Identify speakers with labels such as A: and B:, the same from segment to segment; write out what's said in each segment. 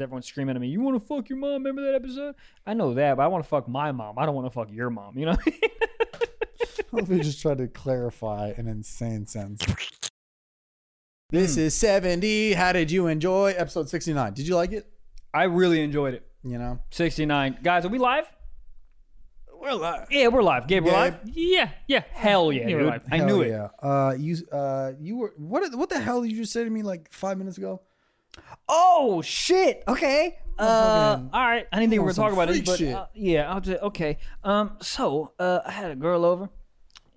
A: everyone's screaming at me, "You want to fuck your mom?" Remember that episode? I know that, but I want to fuck my mom. I don't want to fuck your mom. You know?
B: Let me just try to clarify an insane sentence.
A: Hmm.
B: This is 70. How did you enjoy episode 69? Did you like it?
A: I really enjoyed it.
B: You know?
A: Sixty nine guys, are we live?
B: Well, uh,
A: Yeah, we're live. Gabe, we're
B: Gabe.
A: live. Yeah, yeah, hell yeah,
C: Yeah, we're
A: dude.
C: live.
A: I knew it.
B: yeah. Uh, you, uh, you were, what, what the hell did you just say to me like five minutes ago?
A: Oh shit. Okay. Uh,
B: fucking-
A: all right. I didn't think we were
B: some
A: gonna talk about this,
B: freak
A: but
B: shit.
A: uh, yeah, I'll just okay. Um, so uh, I had a girl over,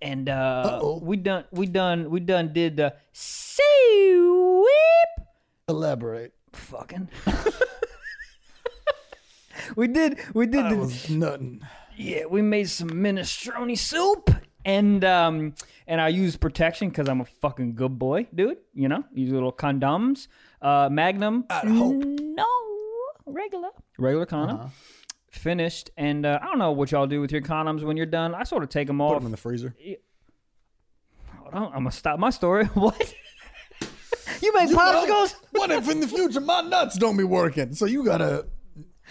A: and uh,
B: Uh-oh.
A: we done, we done, we done did the sweep
B: Elaborate.
A: fucking. we did, we did
B: That
A: the
B: was nothing.
A: Uh, yeah, we made some minestrone soup. And um and I use protection because I'm a fucking good boy, dude. You know, use little condoms, uh, Magnum. I
B: hope.
A: No, regular, regular condom. Finished, and uh, I don't know what y'all do with your condoms when you're done. I sort of take them
B: Put
A: off.
B: them in the freezer.
A: Hold on, I'm gonna stop my story. what? you make popsicles?
B: what if in the future my nuts don't be working? So you gotta,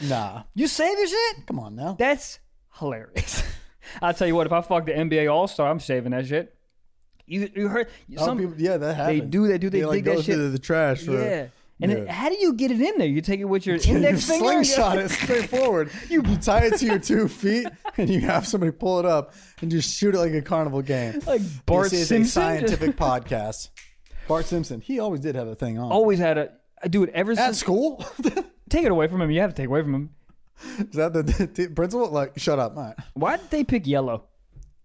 B: nah.
A: You save your shit?
B: Come on now.
A: That's hilarious. I'll tell you what, if I fuck the NBA All Star, I'm saving that shit. You you heard
B: Some
A: some
B: people, yeah, that happens.
A: They do that. Do they,
B: They like
A: dig
B: go
A: that shit?
B: through the trash. For,
A: yeah. And it-
B: yeah.
A: how do you get it in there? You take it with your
B: You
A: index finger. and
B: slingshot
A: go-
B: it straight forward. You tie it to your two feet, and you have somebody pull it up and just shoot it like a carnival game.
A: Like Bart
B: this
A: Simpson.
B: is a scientific podcast. Bart Simpson, he always did have a thing on.
A: Always had a dude. Ever
B: at
A: since
B: school? is
A: take it away from him. You have to take it away from him.
B: that the, the, principal? Like, shut up, Matt.
A: Why did they pick yellow?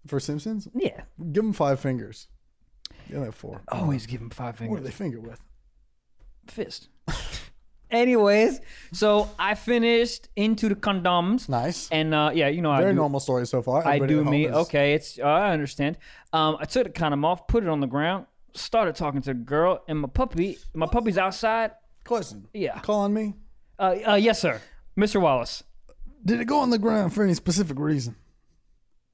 B: For Simpsons,
A: Yeah.
B: give him five fingers. Give him four.
A: Always give him five
B: What do
A: fingers.
B: they finger with?
A: Fist. Anyways, so I finished into the condoms.
B: Nice.
A: And uh, yeah, you know I
B: Very
A: do,
B: normal story so far.
A: I
B: Everybody
A: do
B: at home
A: me.
B: is-
A: Okay, it's uh, I understand. Um, I took the condom off, put it on the ground, started talking to the girl, and my puppy. My puppy's outside.
B: Question.
A: Yeah.
B: Calling me.
A: Uh, uh, yes, sir, Mr. Wallace.
B: Did it go on the ground for any specific reason?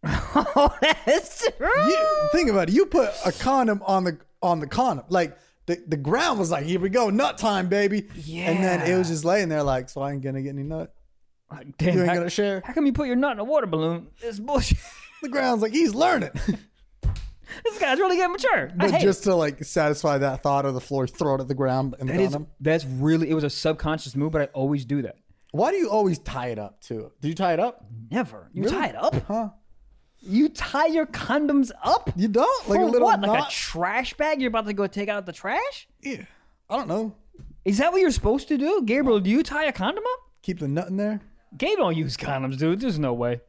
A: Oh, that's true.
B: You, think about it. You put a condom on the on the condom. Like the, the ground was like, here we go, nut time, baby. And then it was just laying there like, so I ain't gonna get any nut.
A: Like, damn,
B: You ain't
A: how,
B: gonna share.
A: how come you put your nut in a water balloon? It's bullshit.
B: The ground's like, he's learning.
A: this guy's really getting mature. I
B: but
A: hate
B: just to like satisfy that thought of the floor, throw it at the ground and the
A: it. that is
B: condom.
A: that's really it was a subconscious move, but I always do that.
B: Why do you always tie it up too? Do you tie it up?
A: Never. You tie it up?
B: Huh?
A: You tie your condoms up?
B: You don't? Like
A: For
B: a little
A: what?
B: knot?
A: Like a trash bag? You're about to go take out the trash?
B: Yeah. I don't know.
A: Is that what you're supposed to do, Gabriel? Do you tie a condom up?
B: Keep the nut in there.
A: Gabe don't use condoms, dude. There's no way.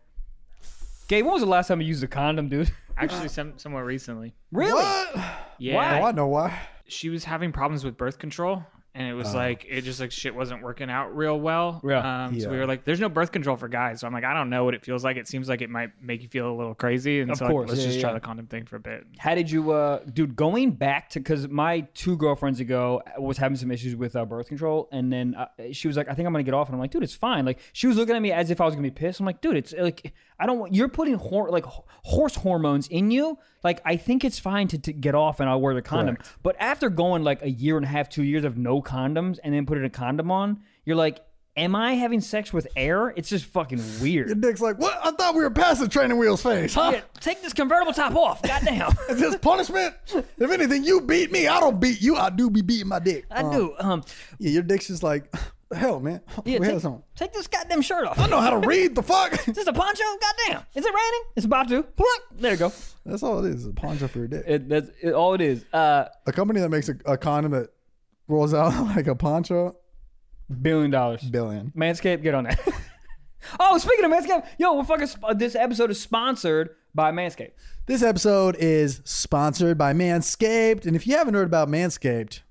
A: Gabe, when was the last time you used a condom, dude?
C: Actually, some somewhat recently.
A: Really?
B: What?
C: Yeah.
B: Oh, I know why.
C: she was having problems with birth control and it was like it just like shit wasn't working out real well
A: Oh. Yeah.
C: um, so we
B: Yeah.
C: were like there's no birth control for guys so i'm like i don't know what it feels like it seems like it might make you feel a little crazy and
A: Of
C: so like,
A: course.
C: let's
A: Yeah,
C: just
A: yeah,
C: try
A: yeah.
C: the condom thing for a bit
A: How did you, uh, dude? Going back to because my two girlfriends ago was having some issues with uh, birth control, and then uh, she was like, "I think I'm gonna get off," and I'm like, "Dude, it's fine." Like she was looking at me as if I was gonna be pissed. I'm like, "Dude, it's like I don't. want You're putting hor- like h- horse hormones in you. Like I think it's fine to, to get off, and I'll wear the condom." But after going like a year and a half, two years of no condoms, and then putting a condom on, you're like, "Am I having sex with air?" It's just fucking
B: Your
A: weird.
B: dick's like, what? I thought we were past the training wheels phase, huh?
A: Yeah, Take this convertible top off. Goddamn.
B: Is this punishment? if anything, you beat me. I don't beat you. I do be beating my dick.
A: I do. Um,
B: Yeah, your dick's just like, the hell, man.
A: Yeah,
B: we
A: take,
B: had some.
A: take this goddamn shirt off.
B: I know how to read. The fuck?
A: Is this a poncho? Goddamn. Is it raining? It's about to. Pluck. There you go.
B: That's all it is. is A poncho for your dick.
A: It, that's it, all it is. Uh,
B: A company that makes a, a condom that rolls out like a poncho,
A: billion dollars.
B: billion.
A: Manscaped, get on that. oh, speaking of Manscaped, yo, we're fucking. Sp- uh, this episode is sponsored by Manscaped.
B: This episode is sponsored by Manscaped, and if you haven't heard about Manscaped,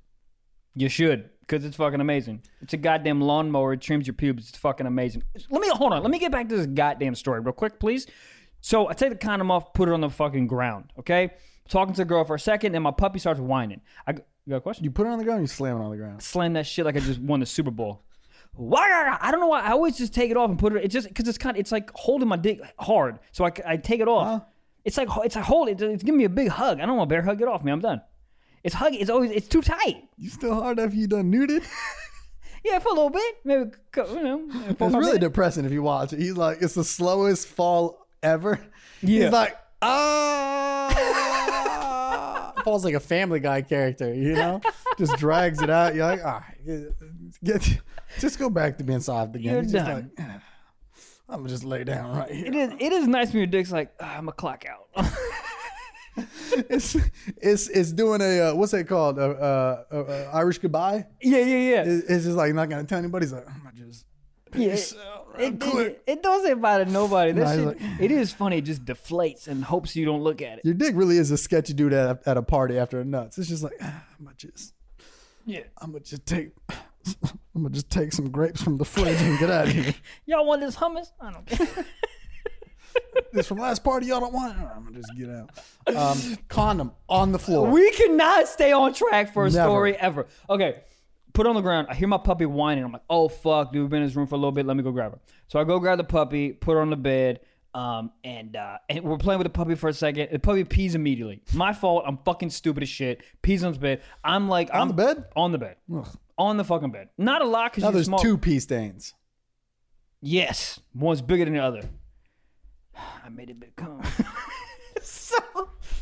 A: You should, because it's fucking amazing. It's a goddamn lawnmower. It trims your pubes. It's fucking amazing. Let me hold on. Let me get back to this goddamn story real quick, please. So I take the condom off, put it on the fucking ground. Okay, talking to the girl for a second, and my puppy starts whining. I go- you got a question?
B: you put it on the ground, you slam it on the ground.
A: slam that shit like I just won the Super Bowl. Why? I don't know why. I always just take it off and put it. It's just because it's kind. It's like holding my dick hard, so I, I take it off. It's like it's like hold it. It's giving me a big hug. I don't want to bear hug. Get off me. I'm done. It's hug. It's always. It's too tight.
B: You still hard after you done nuded?
A: yeah, for a little bit, maybe you know. four or
B: It's
A: five
B: really
A: minutes.
B: depressing if you watch it. He's like, it's the slowest fall ever.
A: Yeah.
B: He's like, ah. Falls like a Family Guy character, you know, just drags it out. You're like, all right, get, get- just go back to being soft again.
A: You're
B: He's just
A: done.
B: like, "Ah, I'm gonna just lay down right
A: It
B: here.
A: is. It is nice when your dick's like "Ah, I'm a clock out.
B: It's it's it's doing a uh, what's that called? Uh, uh, uh, uh, Irish goodbye.
A: yeah, yeah, yeah.
B: It- It's just like not gonna tell anybody. He's like, I'm gonna just
A: yeah.
B: peace out real
A: It,
B: quick.
A: it, it doesn't bother nobody. That
B: No,
A: shit,
B: it's like-
A: it is funny. It just deflates and hopes you don't look at it.
B: Your dick really is a sketchy dude at, at a party after nuts. It's just like "Ah, I'm gonna just,
A: Yeah.
B: I'm gonna just take, I'm gonna just take some grapes from the fridge and get out of here.
A: Y'all want this hummus? I don't care.
B: This from last party, y'all don't want. it? I'm gonna just get out. Um, condom on the floor.
A: we cannot stay on track for a
B: Never.
A: story ever. Okay. Put on the ground. I hear my puppy whining. I'm like, oh fuck, dude, we've been in this room for a little bit. Let me go grab her. So I go grab the puppy, put her on the bed, um, and uh, and we're playing with the puppy for a second. The puppy pees immediately. My fault. I'm fucking stupid as shit. Pees on the bed. I'm like, I'm
B: the bed?
A: on the bed, on the fucking bed. Not a lot because
B: now
A: she's
B: there's
A: small.
B: two pee stains.
A: Yes, one's bigger than the other. I made it big come. so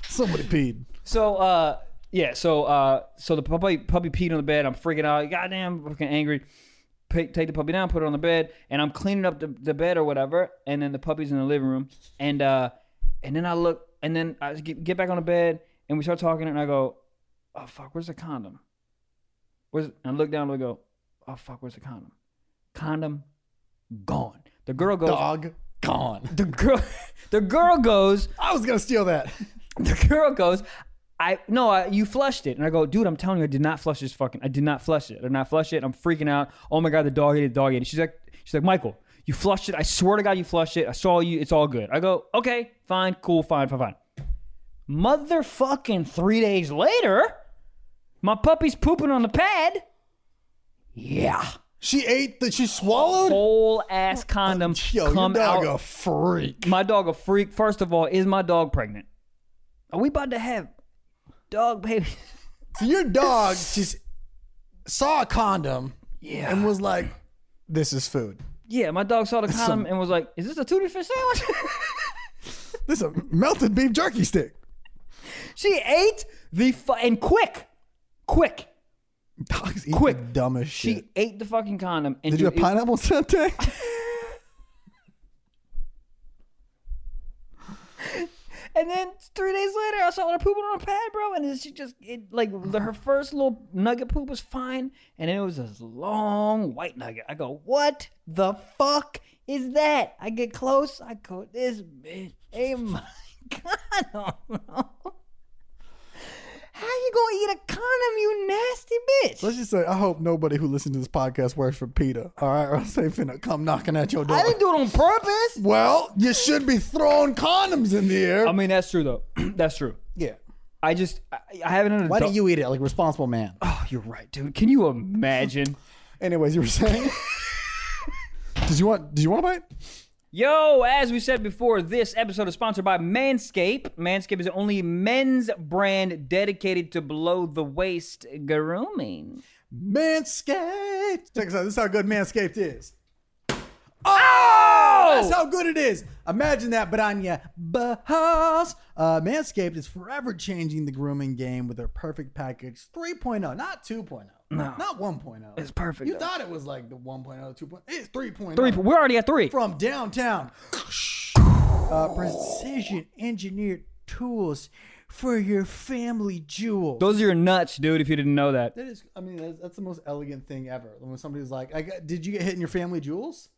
B: Somebody peed.
A: so uh yeah, so uh so the puppy puppy peed on the bed. I'm freaking out. Goddamn, fucking angry. Pick, take the puppy down, put it on the bed, and I'm cleaning up the, the bed or whatever. And then the puppy's in the living room, and uh and then I look, and then I get, get back on the bed, and we start talking, and I go, oh fuck, where's the condom? Where's and I look down and I go, oh fuck, where's the condom? Condom gone. The girl goes.
B: Dog gone.
A: The girl. The girl goes.
B: I was gonna steal that.
A: The girl goes, I no, I, you flushed it. And I go, dude, I'm telling you, I did not flush this fucking. I did not flush it. I did not flush it. I'm freaking out. Oh my god, the dog ate it. The dog ate it. She's like, she's like, Michael, you flushed it. I swear to God, you flushed it. I saw you. It's all good. I go, okay, fine, cool, fine, fine, fine. Motherfucking three days later, my puppy's pooping on the pad. Yeah,
B: She ate that. She swallowed.
A: whole ass condom
B: Yo, your
A: come
B: dog
A: out
B: a freak.
A: my dog a freak. First of all, is my dog pregnant? Are we about to have dog baby?
B: So your dog just saw a condom
A: Yeah.
B: and was like, "This is food."
A: yeah, my dog saw the condom and was like, "Is this a tuna fish sandwich?"
B: This is a melted beef jerky stick.
A: she ate the fu- and quick, quick.
B: Dogs eat
A: Quick.
B: the dumbest
A: She
B: shit.
A: ate the fucking condom. And
B: Did you have
A: dude, it-
B: pineapple satay?
A: And then three days later, I saw her pooping on a pad, bro. And then she just it, like the, her first little nugget poop was fine, and it was this long white nugget. I go, what the fuck is that? I get close, I go, this bitch. Hey my god, oh, bro. How you gonna eat a condom, you nasty bitch?
B: Let's just say I hope nobody who listens to this podcast works for PETA. All right, or else they finna come knocking at your door.
A: I didn't do it on purpose.
B: Well, you should be throwing condoms in the air.
A: I mean, that's true though. that's true.
B: yeah.
A: I just I, I haven't. had a
B: Why
A: dog-
B: don't you eat it like a responsible man?
A: Oh, you're right, dude. Can you imagine?
B: Anyways, you were saying. did you want? Did you want to bite?
A: Yo, as we said before, this episode is sponsored by Manscaped. Manscaped is the only men's brand dedicated to below the waist grooming.
B: Manscaped. Check this out. This is how good Manscaped is. That's
A: Oh!
B: how good it is. Imagine that, but on your balls. Uh, Manscaped is forever changing the grooming game with their perfect package 3.0, not 2.0. No. Not 1.0.
A: It's perfect,
B: You
A: though.
B: thought it was like the oh, 1.0, 2.0. It's 3.0.
A: Three, we're already at three.
B: From downtown. Uh, precision engineered tools for your family jewels.
A: Those are your nuts, dude, if you didn't know that.
B: That is, I mean, that's, that's the most elegant thing ever. When somebody's like, I got, "Did you get hit in your family jewels?"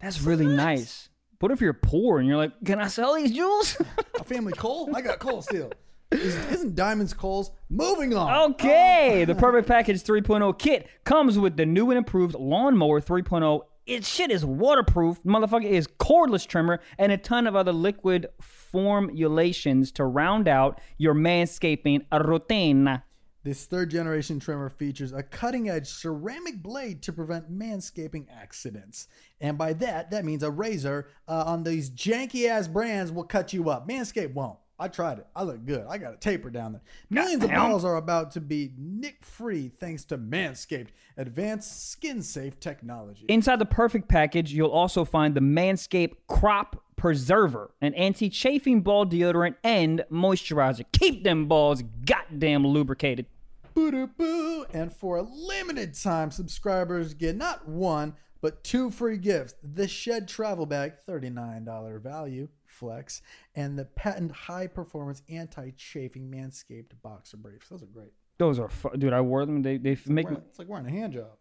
A: That's really nice. What if you're poor and you're like, can I sell these jewels?
B: A family coal? I got coal still. Is, isn't diamonds coals? Moving
A: Oh.
B: on.
A: okay, the Perfect Package 3.0 kit comes with the new and improved Lawnmower 3.0. It shit is waterproof, motherfucker is cordless trimmer, and a ton of other liquid formulations to round out your manscaping routine.
B: This third generation trimmer features a cutting edge ceramic blade to prevent manscaping accidents. And by that, that means a razor uh, on these janky ass brands will cut you up. Manscaped won't. I tried it. I look good. I got a taper down there. Millions of bottles are about to be nick free thanks to Manscaped advanced skin safe technology.
A: Inside the perfect package, you'll also find the Manscaped Crop Preserver, an anti chafing ball deodorant and moisturizer. Keep them balls goddamn lubricated.
B: boo boo And for a limited time, subscribers get not one, but two free gifts. The Shed Travel Bag, $39 value, flex, and the patent high performance anti-chafing Manscaped boxer briefs. Those are great.
A: Those are, fu- dude, I wore them. They, they make me.
B: It's like wearing a hand job.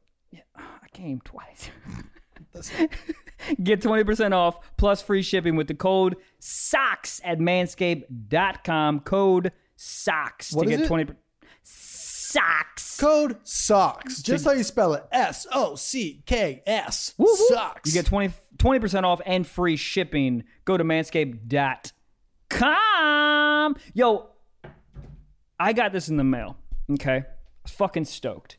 A: I came twice.
B: That's
A: Get 20% off plus free shipping with the code SOCKS at manscaped.com. Code SOCKS
B: What
A: to
B: is
A: get 20%
B: it?
A: SOCKS.
B: Code socks. Just how you spell it. S O C K S.
A: Woo, woo.
B: Socks.
A: You get 20 percent off and free shipping. Go to manscaped.com. Yo, I got this in the mail. Okay. I was fucking stoked.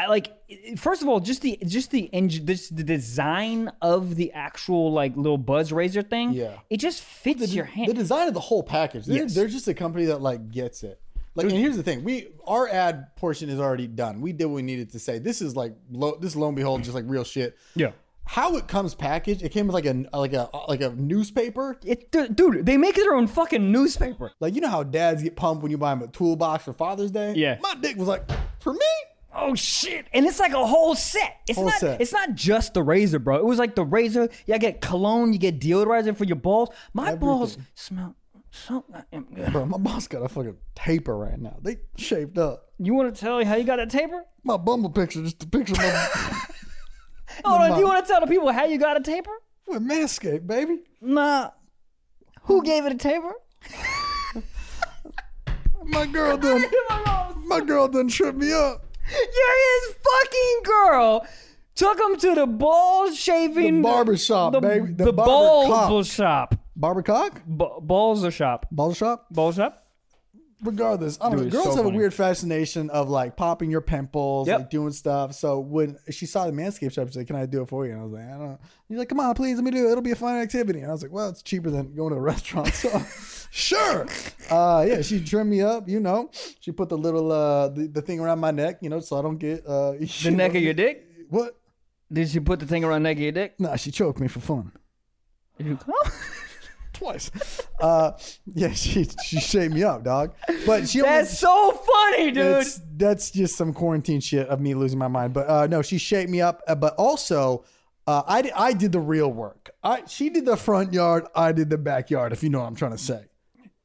A: I like first of all, just the just the engine this the design of the actual like little buzz razor thing.
B: Yeah.
A: It just fits your
B: the
A: hand.
B: design of the whole package. They're,
A: Yes.
B: they're just a company that like gets it. Like, and here's the thing: we our ad portion is already done. We did what we needed to say. This is like lo, this lo and behold, just like real shit.
A: Yeah.
B: How it comes packaged? It came with like a like a like a newspaper.
A: It, du- dude, they make their own fucking newspaper.
B: Like you know how dads get pumped when you buy them a toolbox for Father's Day.
A: Yeah.
B: my dick was like for me.
A: Oh shit! And it's like a whole set. It's
B: Whole
A: not.
B: set.
A: It's not just the razor, bro. It was like the razor. You get cologne. You get deodorizer for your balls. My balls smell so.
B: Bro, my boss got a fucking taper right now. They shaved up.
A: You want to tell how you got that taper?
B: My bumble picture, just a picture of my
A: Hold on. Do you want to tell the people how you got a taper?
B: with Manscaped, baby.
A: Nah. Who gave it a taper?
B: My girl done. my girl done tripped me up.
A: You're his fucking girl. Took him to the ball shaving
B: Barbershop,
A: the,
B: baby.
A: The,
B: The, barber
A: ball
B: cop.
A: shop.
B: barber cock?
A: Ba- balls shop.
B: Barber shop?
A: Ball shop.
B: Regardless, I don't
A: Dude,
B: know.
A: it's
B: Girls
A: so
B: have
A: funny.
B: a weird fascination of like popping your pimples,
A: Yep.
B: like doing stuff. So when she saw the Manscaped shop, she's like, "Can I do it for you?" And I was like, "I don't." know. She's like, "Come on, please, let me do it. It'll be a fun activity." And I was like, "Well, it's cheaper than going to a restaurant." So sure. Uh, yeah, she trimmed me up. You know, she put the little uh the, the thing around my neck. You know, so I don't get uh
A: The neck of your dick.
B: what?
A: Did she put the thing around the neck of your dick?
B: Nah, she choked me for fun.
A: Did you
B: twice. Uh, yeah, she she shaved me up, dog. But she
A: That's so funny,
B: only,
A: dude.
B: it's- that's just some quarantine shit of me losing my mind. But uh, no, she shaved me up. uh, But also, uh, I di- I did the real work. I she did the front yard. I did the backyard. If you know what I'm trying to say.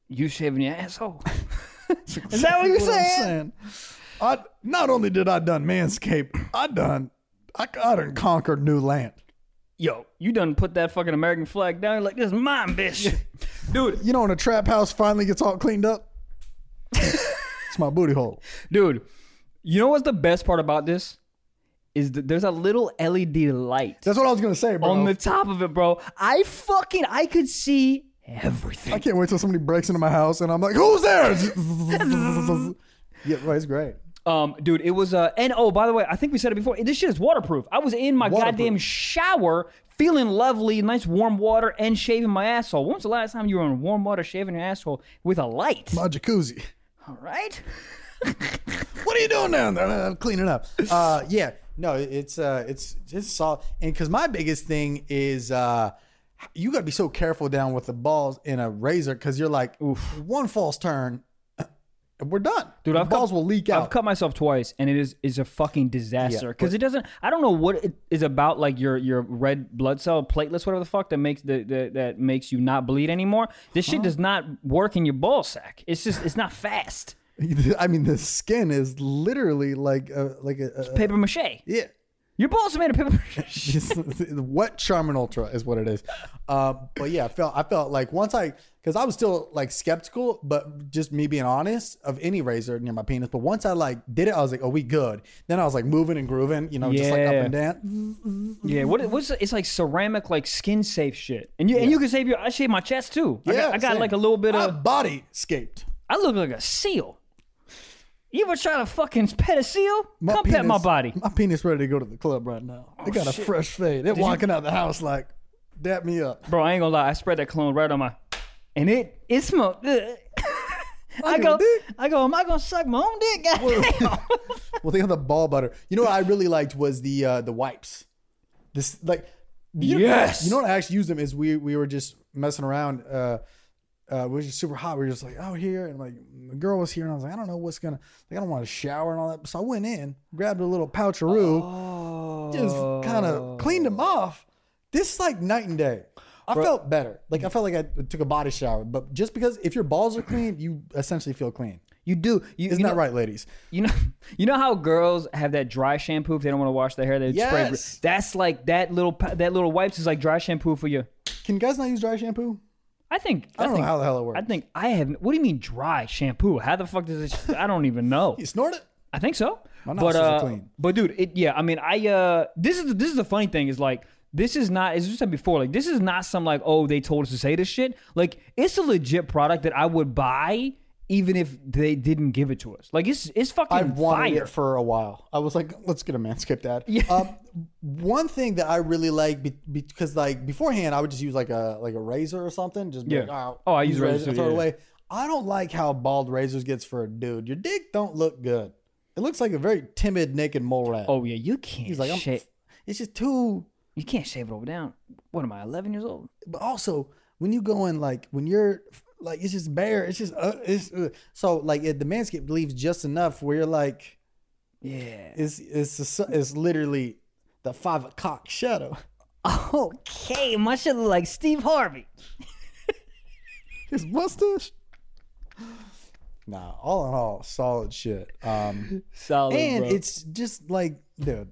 A: You shaving your asshole. Is that what you're
B: That's I'm
A: saying?
B: saying. I not only did I done manscape, I done I, I done conquered new land.
A: Yo, you done put that fucking American flag down. You're like, this is mine, bitch. dude,
B: You know when a trap house finally gets all cleaned up, it's my booty hole.
A: dude, you know what's the best part about this? Is that there's a little LED light
B: That's what I was gonna say, bro.
A: on the top of it, bro. I fucking, I could see everything.
B: I can't wait till somebody breaks into my house and I'm like, who's there? yeah, right, it's great.
A: Um, dude, it was uh and oh by the way, I think we said it before. This shit is waterproof. I was in my
B: Waterproof.
A: goddamn shower, feeling lovely, nice warm water, and shaving my asshole. When was the last time you were in warm water shaving your asshole with a light?
B: My jacuzzi.
A: All right.
B: What are you doing down there? I'm cleaning up. Uh, yeah, no, it's uh, it's it's solid. And because my biggest thing is uh, you got to be so careful down with the balls in a razor because you're like, one false turn, uh, we're done.
A: Dude,
B: the
A: I've cut-
B: balls will leak out.
A: I've cut myf twice, and it is is a fucking disaster
B: Yeah,
A: because it doesn't. I don't know what it is about, like your your red blood cell platelets, whatever the fuck that makes the, the that makes you not bleed anymore. This shit does not work in your ball sack. It's just it's not fast.
B: I mean, the skin is literally like a, like a, a-
A: Paper mache.
B: yeah.
A: Your balls are made of paper mache.
B: Just- what Charmin Ultra is what it is. Uh, but yeah, I felt I felt like once I because I was still like skeptical, but just me being honest of any razor near my penis. But once I like did it, I was like, oh, we good. Then I was like moving and grooving, you know, just like up
A: Yeah.
B: and down.
A: Yeah,
B: Mm-hmm.
A: what what's it's like ceramic, like skin safe shit, and you and you can save your. I shave my chest too. I
B: Yeah,
A: got, I got
B: same.
A: like a little bit
B: My
A: of.
B: body escaped.
A: I look like a seal. You ever try to fucking pet a seal? Come pet my
B: penis-
A: body. Oh,
B: My penis ready to go to the club right now. it got a fresh fade. They're walking out the house like, dap me up.
A: Bro, I ain't gonna lie. I spread that cologne right on my and it it smoked. Ugh. I
B: give a
A: go,
B: dick.
A: I go. Am I gonna suck my own dick? Goddamn.
B: Well, they have the ball butter. You know what I really liked was the uh, the wipes. This like you
A: Yes!
B: You know what I actually used them is we we were just messing around. Uh, uh, we were just super hot. We were just like out here, and like the girl was here, and I was like, I don't know what's gonna. Like, I don't want to shower and all that. So I went in, grabbed a little poucheroo, just kind of cleaned
A: Oh.
B: them off. This is like night and day. I felt better. Like I felt like I took a body shower, but just because if your balls are clean, you essentially feel clean.
A: You do. You,
B: Isn't
A: you
B: that
A: know,
B: right, ladies?
A: You know, you know how girls have that dry shampoo if they don't want to wash their hair. They
B: Yes.
A: spray. That's like that little pa- that little wipes is like dry shampoo for you.
B: Can guys not use dry shampoo?
A: I think.
B: I don't
A: think,
B: know how the hell it works.
A: I think I have. What do you mean dry shampoo? How the fuck does this? I don't even know.
B: You snort it?
A: I think so.
B: My
A: but
B: nostrils are
A: uh,
B: clean.
A: but dude, it yeah. I mean, I uh, this is the, this is the funny thing is like this is not as you said before like this is not some like oh they told us to say this shit like it's a legit product that I would buy even if they didn't give it to us like it's it's fucking
B: I've wanted
A: fire.
B: it for a while. I was like, let's get a Manscaped ad.
A: Yeah.
B: Um, one thing that I really like be- because like beforehand, I would just use like a like a razor or something. Just be
A: Yeah.
B: like, oh,
A: Oh, I use razors too,
B: throw it
A: yeah, yeah.
B: away. I don't like how bald razors gets for a dude. Your dick don't look good. It looks like a very timid naked mole rat.
A: Oh yeah, you can't.
B: He's like, I'm,
A: shave.
B: it's just too.
A: You can't shave it over down. What am I? Eleven years old.
B: But also when you go in like when you're like it's just bare. It's just uh, it's uh, so like it, the Manscaped leaves just enough where you're like.
A: Yeah.
B: It's it's a su- it's literally the five o'clock shadow.
A: Okay, my shit look like Steve Harvey.
B: His mustache. Nah, all in all, solid shit. Um,
A: Solid,
B: and
A: bro.
B: it's just like, dude,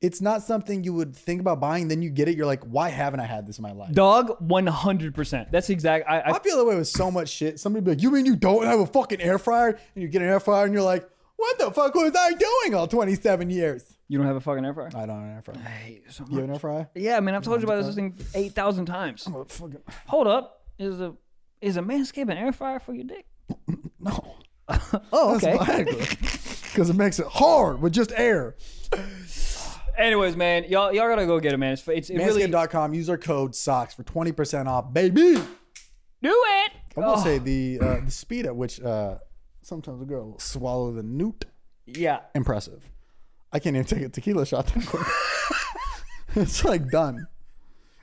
B: it's not something you would think about buying. Then you get it, you're like, why haven't I had this in my life?
A: dog one hundred percent. That's exact. I,
B: I
A: I
B: feel that way with so much shit. Somebody be like, you mean you don't have a fucking air fryer? And you get an air fryer, and you're like, what the fuck was I doing all 27 years?
A: you don't have a fucking air fryer.
B: I don't have an air fryer.
A: I hate it so
B: You
A: much.
B: have an air fryer?
A: Yeah, I mean, I've told you about this thing eight thousand times.
B: Oh, fucking-
A: Hold up, is a is a manscape an air fryer for your dick?
B: No.
A: Oh, okay.
B: Because it makes it hard with just air.
A: Anyways, man, y'all y'all gotta go get it, man. It's it's it really do
B: Manscaped.com. Use our code SOCKS for 20% off, baby.
A: it.
B: I will
A: Oh,
B: say the uh, the speed at which uh, sometimes a girl will swallow the newt.
A: Oh, yeah.
B: Impressive. I can't even take a tequila shot that quick. it's like done.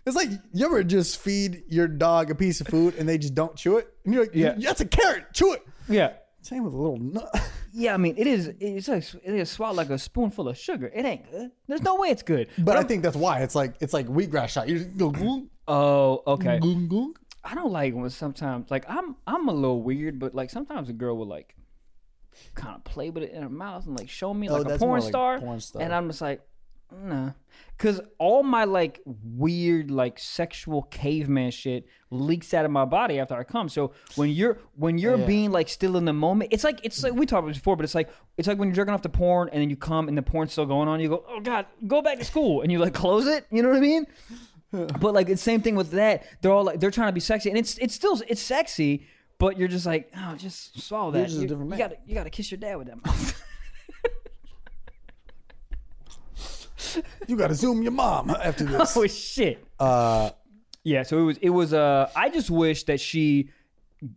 B: It's like you ever just feed your dog a piece of food and they just don't chew it? And you're like, yeah.
A: Yeah.
B: that's a carrot. Chew it.
A: Yeah.
B: Same with a little nut.
A: Yeah, I mean, it is. It's like it is swallowed like a spoonful of sugar. It ain't good. There's no way it's good.
B: But I think that's why it's like it's like wheatgrass shot. You just go goong,
A: Oh, okay.
B: goong, goong.
A: I don't like when sometimes like I'm I'm a little weird, but like sometimes a girl will like kind of play with it in her mouth and like show me like a
B: Oh, that's
A: porn
B: more like
A: star,
B: porn star.
A: and I'm just like, nah, because all my like weird like sexual caveman shit leaks out of my body after I come. So when you're when you're being like still in the moment, it's like it's like we talked about this before, but it's like it's like when you're jerking off the porn and then you come and the porn's still going on, you go, oh god, go back to school, and you like close it. You know what I mean? But like it's same thing with that. They're all like they're trying to be sexy, and it's it's still it's sexy, but you're just like oh, just swallow that.
B: You're just a
A: You-
B: different man.
A: You gotta you gotta kiss your dad with that mouth.
B: You gotta zoom your mom after this.
A: oh shit.
B: Uh,
A: Yeah. So it was it was. Uh, I just wish that she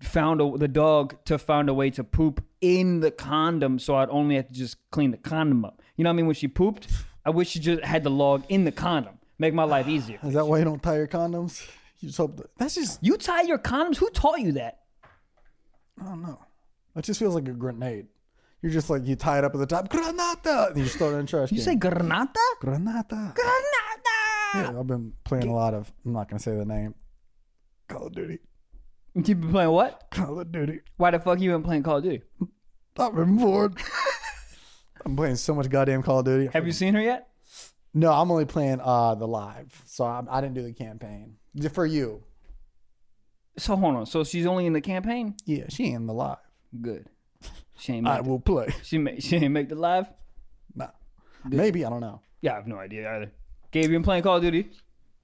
A: found a, the dog to find a way to poop in the condom, so I'd only have to just clean the condom up. You know what I mean? When she pooped, I wish she just had the log in the condom. Make my life easier.
B: is that why you don't tie your condoms? You just hope that, that's just
A: You tie your condoms. Who taught you that?
B: I don't know. It just feels like a grenade. You're just like you tie it up at the top, granata, and you just throw it in the trash.
A: You say granata?
B: granata.
A: Granata.
B: Yeah, I've been playing a lot of. I'm not gonna say the name. Call of Duty.
A: You keep playing what?
B: Call of Duty.
A: Why the fuck you been playing Call of Duty?
B: I've been bored. I'm playing so much goddamn Call of Duty.
A: Have you seen her yet?
B: No, I'm only playing uh the live, so I, I didn't do the campaign for you.
A: So hold on. So she's only in the campaign.
B: Yeah, she ain't in the live.
A: Good. She ain't. Make,
B: I will play.
A: she ma- she ain't make the live.
B: Nah, maybe I don't know.
A: Yeah, I have no idea either. Gabe, you been playing Call of Duty?
B: Oh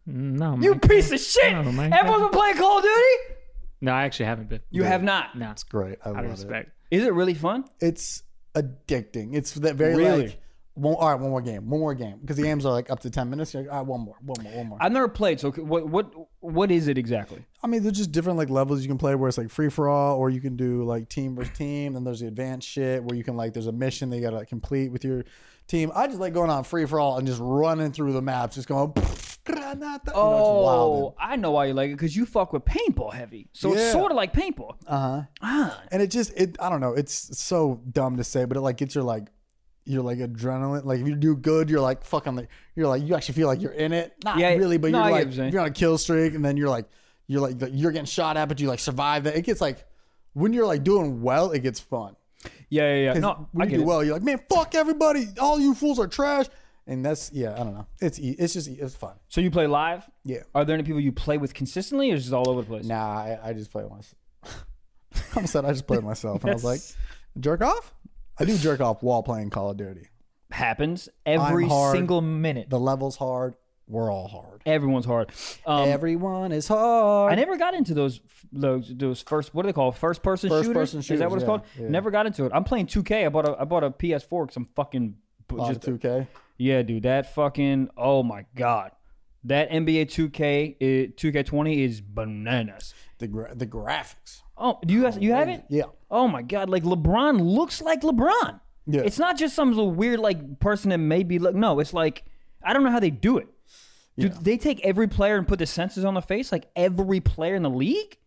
C: No,
A: You
C: Mike.
A: piece of shit!
C: No,
A: Everyone's
C: man.
A: been playing Call of Duty?
C: no, I actually haven't been.
A: You have not.
C: no,
B: Great, I
C: out
B: love
C: of
B: it.
C: respect.
A: Is it really fun?
B: it's addicting. It's that very
A: Really?
B: like One, all right, one more game, one more game, because the games are like up to ten minutes. You're like, all right, one more, one more, one more.
A: I've never played, so c- what what what is it exactly?
B: I mean, there's just different like levels you can play where it's like free for all, or you can do like team versus team. Then there's the advanced shit where you can like there's a mission that you gotta like, complete with your team. I just like going on free for all and just running through the maps, just going. Granata,
A: Oh, I know why you like it because you fuck with paintball heavy, so
B: Yeah.
A: it's sort of like paintball.
B: uh huh.
A: ah,
B: And it just it I don't know. It's so dumb to say, but it like gets your like your like adrenaline. Like if you do good, you're like fucking like you're like you actually feel like you're in it. Not
A: Yeah,
B: really, but
A: no, I
B: you're
A: get
B: like
A: what you're saying.
B: you're on a kill streak, and then you're like you're like you're getting shot at, but you like survive that. It gets like when you're like doing well, it gets fun.
A: yeah, yeah, yeah.
B: 'Cause
A: No, I
B: when you
A: get
B: do
A: it.
B: well, you're like man, fuck everybody, all you fools are trash. And that's yeah, I don't know. It's e- it's just e- it's fun.
A: So you play live?
B: Yeah.
A: Are there any people you play with consistently, or is it all over the place?
B: Nah, I, I just play once. I said I just played myself, and I was like, jerk off. I do jerk off while playing Call of Duty.
A: Happens every
B: I'm hard.
A: single minute.
B: the level's hard. We're all hard.
A: Everyone's hard. Um,
B: Everyone is
A: I
B: hard.
A: never got into those those those first what do they call first person
B: First
A: shooters?
B: person
A: Is that what
B: shooters,
A: it's
B: yeah,
A: called?
B: yeah.
A: Never got into it. I'm playing 2K. I bought a I bought a PS4 because I'm fucking b- just
B: Just 2K.
A: yeah, dude. That fucking oh my god, that NBA 2K eh, 2K20 is bananas.
B: The gra- the graphics.
A: Oh, do you guys you have it?
B: Yeah.
A: Oh my god, like LeBron looks like LeBron.
B: Yeah.
A: It's not just some little weird like person that maybe look. No, it's like I don't know how they do it. Do they take every player and put the sensors on the face like every player in the league?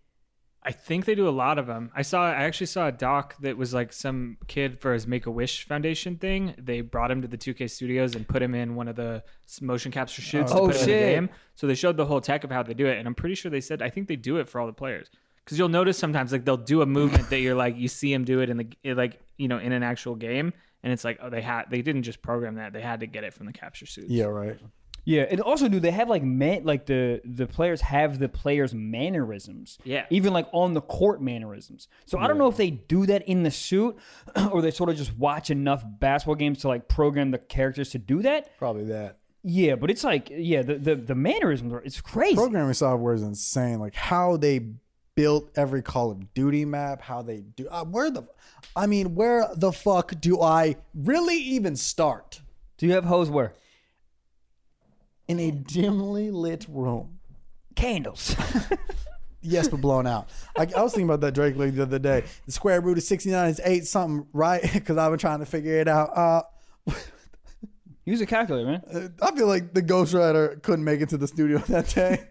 C: I think they do a lot of them. I saw. I actually saw a doc that was like some kid for his Make a Wish Foundation thing. They brought him to the 2K studios and put him in one of the s- motion capture shoots.
A: Oh,
C: to put him in
A: shit.
C: the game. So they showed the whole tech of how they do it, and I'm pretty sure they said I think they do it for all the players because you'll notice sometimes like they'll do a movement that you're like you see him do it in the it, like you know in an actual game, and it's like oh they had they didn't just program that they had to get it from the capture suits.
B: Yeah. Right.
A: Yeah, and also, do they have like man like the the players have the players mannerisms?
C: Yeah.
A: even like on the court mannerisms. So I don't know if they do that in the suit, or they sort of just watch enough basketball games to like program the characters to do that.
B: Probably that.
A: Yeah, but it's like yeah, the the, the mannerisms are it's crazy.
B: Programming software is insane. Like how they built every Call of Duty map. How they do. Uh, where the. I mean, where the fuck do I really even start?
A: do you have hose where
B: In a dimly lit room.
A: candles?
B: Yes, but blown out. Like I was thinking about that Drake lady the other day. The square root of sixty nine is eight something, right? Because I've been trying to figure it out. Uh,
A: Use a calculator, man.
B: I feel like the ghostwriter couldn't make it to the studio that day.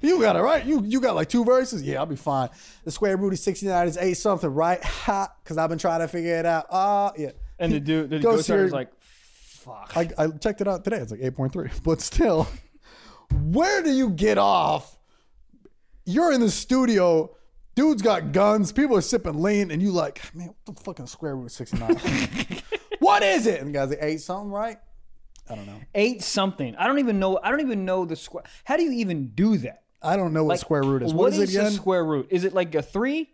B: you got it right. You you got like two verses. Yeah, I'll be fine. The square root of sixty nine is eight something, right? Ha! Because I've been trying to figure it out. Ah, yeah.
A: And the dude, the
B: Go
A: ghost
B: see your-
A: was like, "Fuck."
B: I, I checked it out today. It's like eight point three, but still, where do you get off? You're in the studio. Dude's got guns. People are sipping lean, and you like, man, what the fucking square root of sixty nine? what is it? And the guy's like eight something, right? I don't know.
A: Eight something. I don't even know. I don't even know the square. How do you even do that?
B: I don't know what square root is. what is, it
A: the
B: again?
A: square root? Is it like a three?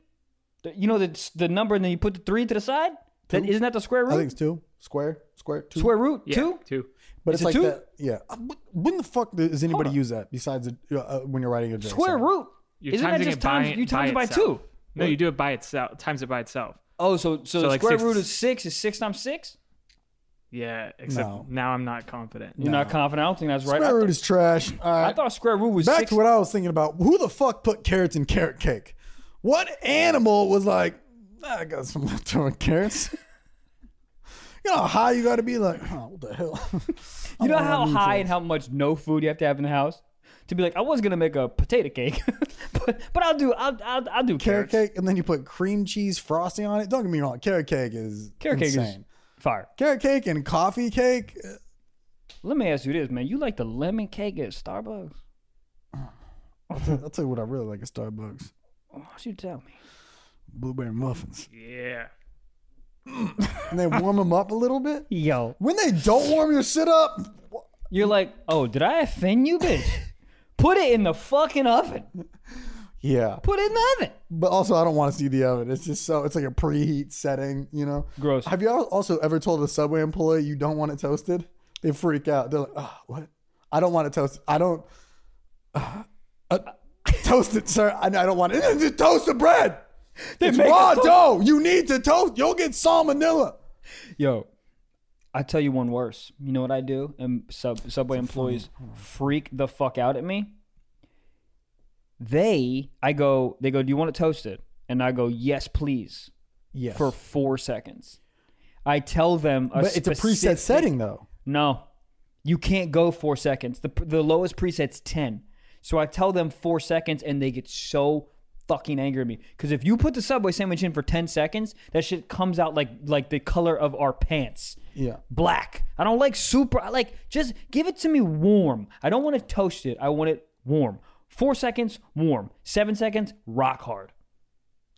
A: The- You know the the number, and then you put the three to the side. That, isn't that the square root?
B: I think it's two. Square, square, two.
A: square root
C: Yeah,
A: two.
C: two.
B: but
A: it's
B: it's,
A: a
B: like
A: two?
B: that. Yeah. Uh, wh- When the fuck does anybody use that besides uh, uh, when you're writing a JSON?
A: Square root.
C: You're
A: isn't that
C: timesing
A: just
C: it by-
A: times you times it by
C: itself.
A: two?
C: No, you do it by itself. Times it by itself.
A: Oh, so so, the
C: like
A: square
C: six-
A: root of six is six times six.
C: Yeah, except
B: No.
C: now I'm not confident.
A: You're not confident. I don't think that's right. I,
B: Square
A: thought-
B: root is trash. All
A: I
B: right.
A: thought square root was
B: Back
A: six.
B: to what I was thinking about. Who the fuck put carrots in carrot cake? What animal was like, "Ah, I got some leftover carrots? you know how high you got to be? Like, oh, what the hell?
A: you know
B: I
A: how
B: need
A: high and how much no food you have to have in the house to be like, I was gonna make a potato cake, but but I'll do I'll I'll, I'll do
B: carrot
A: carrots.
B: cake, and then you put cream cheese frosting on it. Don't get me wrong, carrot cake is
A: Carrot cake
B: insane.
A: is fire.
B: carrot cake and coffee cake. uh,
A: Let me ask you this, man. You like the lemon cake at Starbucks?
B: I'll tell you what I really like at Starbucks:
A: Why don't you tell me?
B: blueberry muffins,
C: Yeah.
B: and they warm them up a little bit.
A: Yo,
B: When they don't warm your shit up,
A: you're like, oh, did I offend you, bitch? Put it in the fucking oven.
B: yeah.
A: Put it in the oven.
B: But also, I don't want to see the oven. It's just so it's like a preheat setting, you know.
A: Gross.
B: Have you al- also ever told a Subway employee you don't want it toasted? They freak out. They're like, "Oh, what? I don't want it toasted. I don't uh, uh, toast it, sir. I, I don't want it. Just toast the bread. It's
A: make
B: raw
A: us toast-
B: dough. You need to toast. You'll get salmonella."
A: Yo, I tell you one worse. You know what I do? And sub subway employees freak the fuck out at me. They, I go, they go, do you want it toasted? And I go, yes, please,
B: Yes.
A: for four seconds. I tell them, a
B: but it's a preset
A: specific-
B: setting though.
A: No, you can't go four seconds. The the lowest preset's ten. So I tell them four seconds, and they get so fucking angry at me because if you put the subway sandwich in for ten seconds, that shit comes out like like the color of our pants
B: Yeah.
A: black. I don't like super. I like just give it to me warm. I don't want it toasted. I want it warm. Four seconds, warm. Seven seconds, rock hard.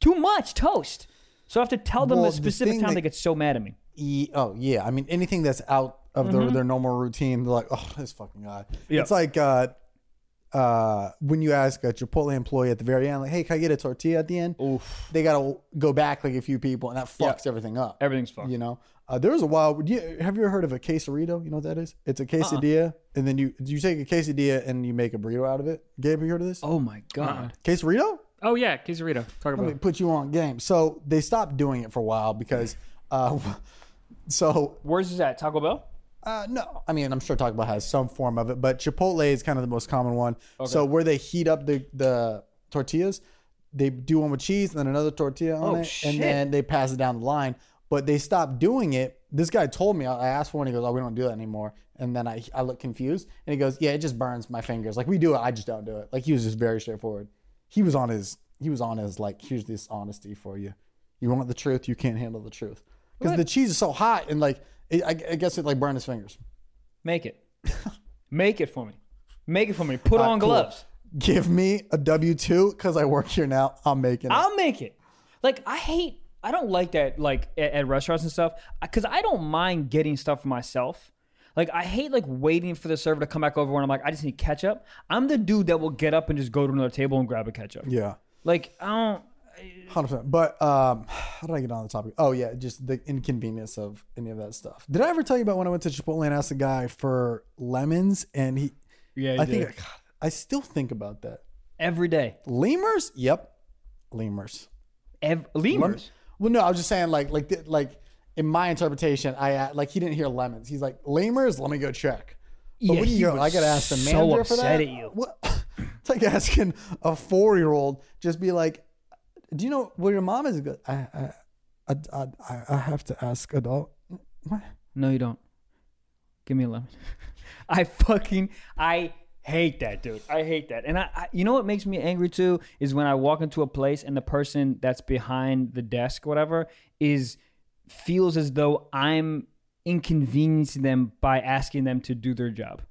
A: Too much toast. So I have to tell them
B: Well,
A: a
B: the
A: specific
B: thing
A: time
B: that-
A: they get so mad at me.
B: E- oh yeah. I mean anything that's out of their, their normal routine, they're like, oh, this fucking guy.
A: Yeah.
B: It's like uh, uh, when you ask a Chipotle employee at the very end, like, hey, can I get a tortilla at the end?
A: Oof.
B: They gotta go back like a few people, and that fucks everything up.
A: Everything's fucked.
B: you know, uh, there was a while. do You, have you ever heard of a quesarito? You know what that is? It's a
A: Uh-uh.
B: quesadilla, and then you you take a quesadilla and you make a burrito out of it. Gabe, you heard of this?
A: Oh my god.
B: Quesarito?
C: Oh yeah, quesarito. Talk about
B: Let me
C: it.
B: put you on game. So they stopped doing it for a while because, uh, so
A: Where's this at? Taco Bell.
B: uh, no, I mean I'm sure Taco Bell has some form of it, but Chipotle is kind of the most common one. So where they heat up the the tortillas, they do one with cheese and then another tortilla on
A: Oh,
B: it,
A: shit.
B: and then they pass it down the line. But they stopped doing it. This guy told me. I I asked for one. He goes, "Oh, we don't do that anymore." And then I I look confused, and he goes, "Yeah, it just burns my fingers. Like we do it, I just don't do it." Like he was just very straightforward. He was on his he was on his like here's this honesty for you. You want the truth, you can't handle the truth because the cheese is so hot and like it, I, I guess it like burned his fingers.
A: Make it. Make it for me. Make it for me. Put on
B: cool.
A: gloves.
B: Give me a W two because I work here now. I'm making it.
A: I'll make it. Like I hate. I don't like that. Like at, at restaurants and stuff, because I don't mind getting stuff for myself. Like I hate like waiting for the server to come back over when I'm like I just need ketchup. I'm the dude that will get up and just go to another table and grab a ketchup.
B: yeah.
A: Like I don't.
B: Hundred percent. But um, how did I get on the topic? Oh yeah, just the inconvenience of any of that stuff. Did I ever tell you about when I went to Chipotle and asked a guy for lemons and he?
A: Yeah,
B: I think God, I still think about that.
A: every day.
B: Lemurs? Yep, lemurs.
A: Ev- lemurs.
B: Well, no, I was just saying like like th- like in my interpretation, I uh, like he didn't hear lemons. He's like lemurs. Let me go check. But
A: Yeah,
B: when
A: he
B: you go,
A: was
B: I gotta ask the
A: so
B: manager for
A: upset
B: that.
A: at you.
B: What? It's like asking a four year old just be like, "Do you know where your mom is?" He goes, I, I, I, I- I, I have to ask adult. What?
A: No, you don't. Give me a lemon. I fucking I hate that, dude. I hate that. And I, I you know what makes me angry too is when I walk into a place and the person that's behind the desk, whatever, is feels as though I'm inconveniencing them by asking them to do their job.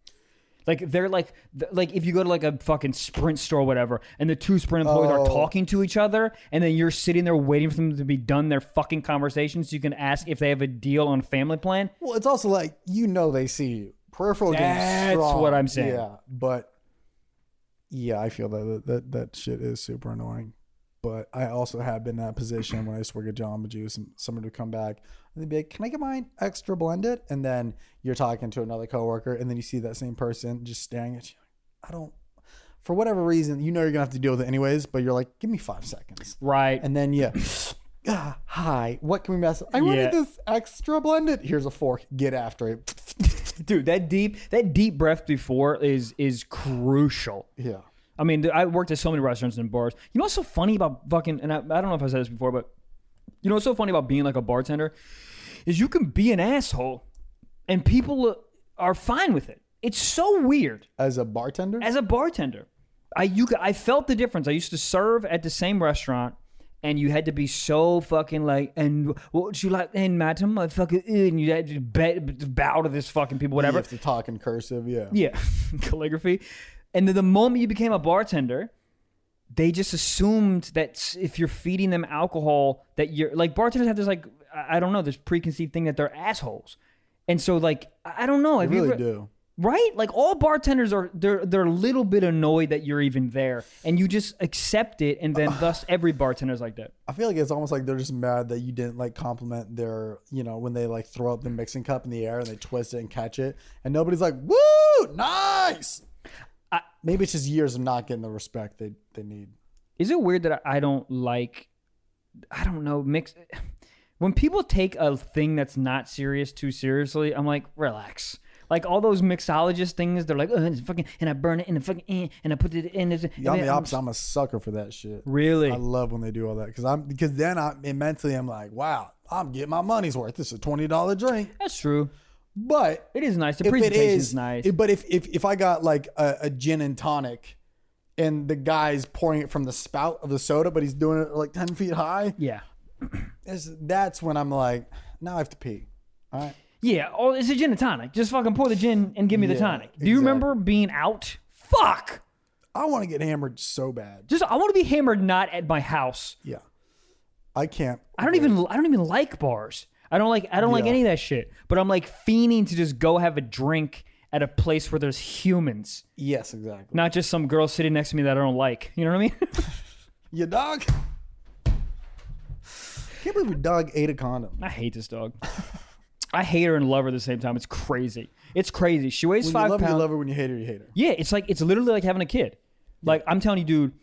A: Like they're like th- like if you go to like a fucking Sprint store or whatever, and the two Sprint employees are
B: Oh.
A: talking to each other, and then you're sitting there waiting for them to be done their fucking conversation, so you can ask if they have a deal on family plan.
B: Well, it's also like you know they see you. Peripheral games.
A: That's what I'm saying.
B: Yeah, but yeah, I feel that that that shit is super annoying. But I also have been in that position when I used to work at Jamba Juice, and someone would come back and they'd be like, "Can I get mine extra blended?" And then you're talking to another coworker, and then you see that same person just staring at you. I don't. For whatever reason, you know you're gonna have to deal with it anyways, but you're like, "Give me five seconds."
A: Right.
B: And then yeah. Ah, hi. What can we mess up? I
A: Yeah.
B: wanted this extra blended. Here's a fork. Get after it.
A: Dude, that deep that deep breath before is is crucial.
B: yeah.
A: I mean, th- I worked at so many restaurants and bars. You know what's so funny about fucking and I, I don't know if I said this before, but you know what's so funny about being like a bartender is you can be an asshole and people are fine with it. It's so weird
B: As a bartender?
A: as a bartender. I you ca- I felt the difference. I used to serve at the same restaurant, and you had to be so fucking like, and what would you like, and madam, I fucking, uh," and you had to be- bow to this fucking people,
B: you
A: whatever.
B: have to talk in cursive. Yeah.
A: Yeah, calligraphy. And then the moment you became a bartender, they just assumed that s- if you're feeding them alcohol, that you're like bartenders have this like I I don't know this preconceived thing that they're assholes, and so like I I don't know. Have
B: You really
A: ever-
B: do.
A: right? Like all bartenders are they're they're a little bit annoyed that you're even there, and you just accept it, and then thus every bartender's like that.
B: I feel like it's almost like they're just mad that you didn't like compliment their, you know, when they like throw up the mixing cup in the air and they twist it and catch it. And nobody's like, woo, nice. Maybe it's just years of not getting the respect they, they need.
A: Is it weird that I I don't like? I don't know mix when people take a thing that's not serious too seriously, I'm like, relax. Like all those mixologist things, they're like, oh, and it's fucking, and I burn it, and I fucking, eh, and I put it in. This,
B: Yeah, I'm the opposite. I'm a sucker for that shit.
A: Really?
B: I love when they do all that because I'm because then I and mentally I'm like, wow, I'm getting my money's worth. This is a twenty dollar drink,
A: That's true.
B: but
A: It is nice. The
B: if it
A: presentation's
B: is
A: nice.
B: it- but if if if I got like a, a gin and tonic, and the guy's pouring it from the spout of the soda, but he's doing it like ten feet high,
A: yeah.
B: is that's when I'm like, now I have to pee. All right.
A: Yeah. Oh, it's a gin and tonic. Just fucking pour the gin and give me the
B: Yeah,
A: tonic. Do you remember being out? Fuck.
B: I want to get hammered so bad.
A: Just I want to be hammered, not at my house.
B: Yeah. I can't.
A: I don't even I don't even like bars. I don't like I don't like
B: Yeah.
A: any of that shit. But I'm like fiending to just go have a drink at a place where there's humans,
B: Yes, exactly.
A: not just some girl sitting next to me that I don't like. You know what I mean?
B: Your dog. Can't believe your dog ate a condom.
A: I hate this dog. I hate her and love her at the same time. It's crazy. It's crazy. She weighs
B: When
A: five
B: you love her, you
A: pounds.
B: love her. When you hate her, you hate her.
A: Yeah, it's like it's literally like having a kid. Like I'm telling you, dude,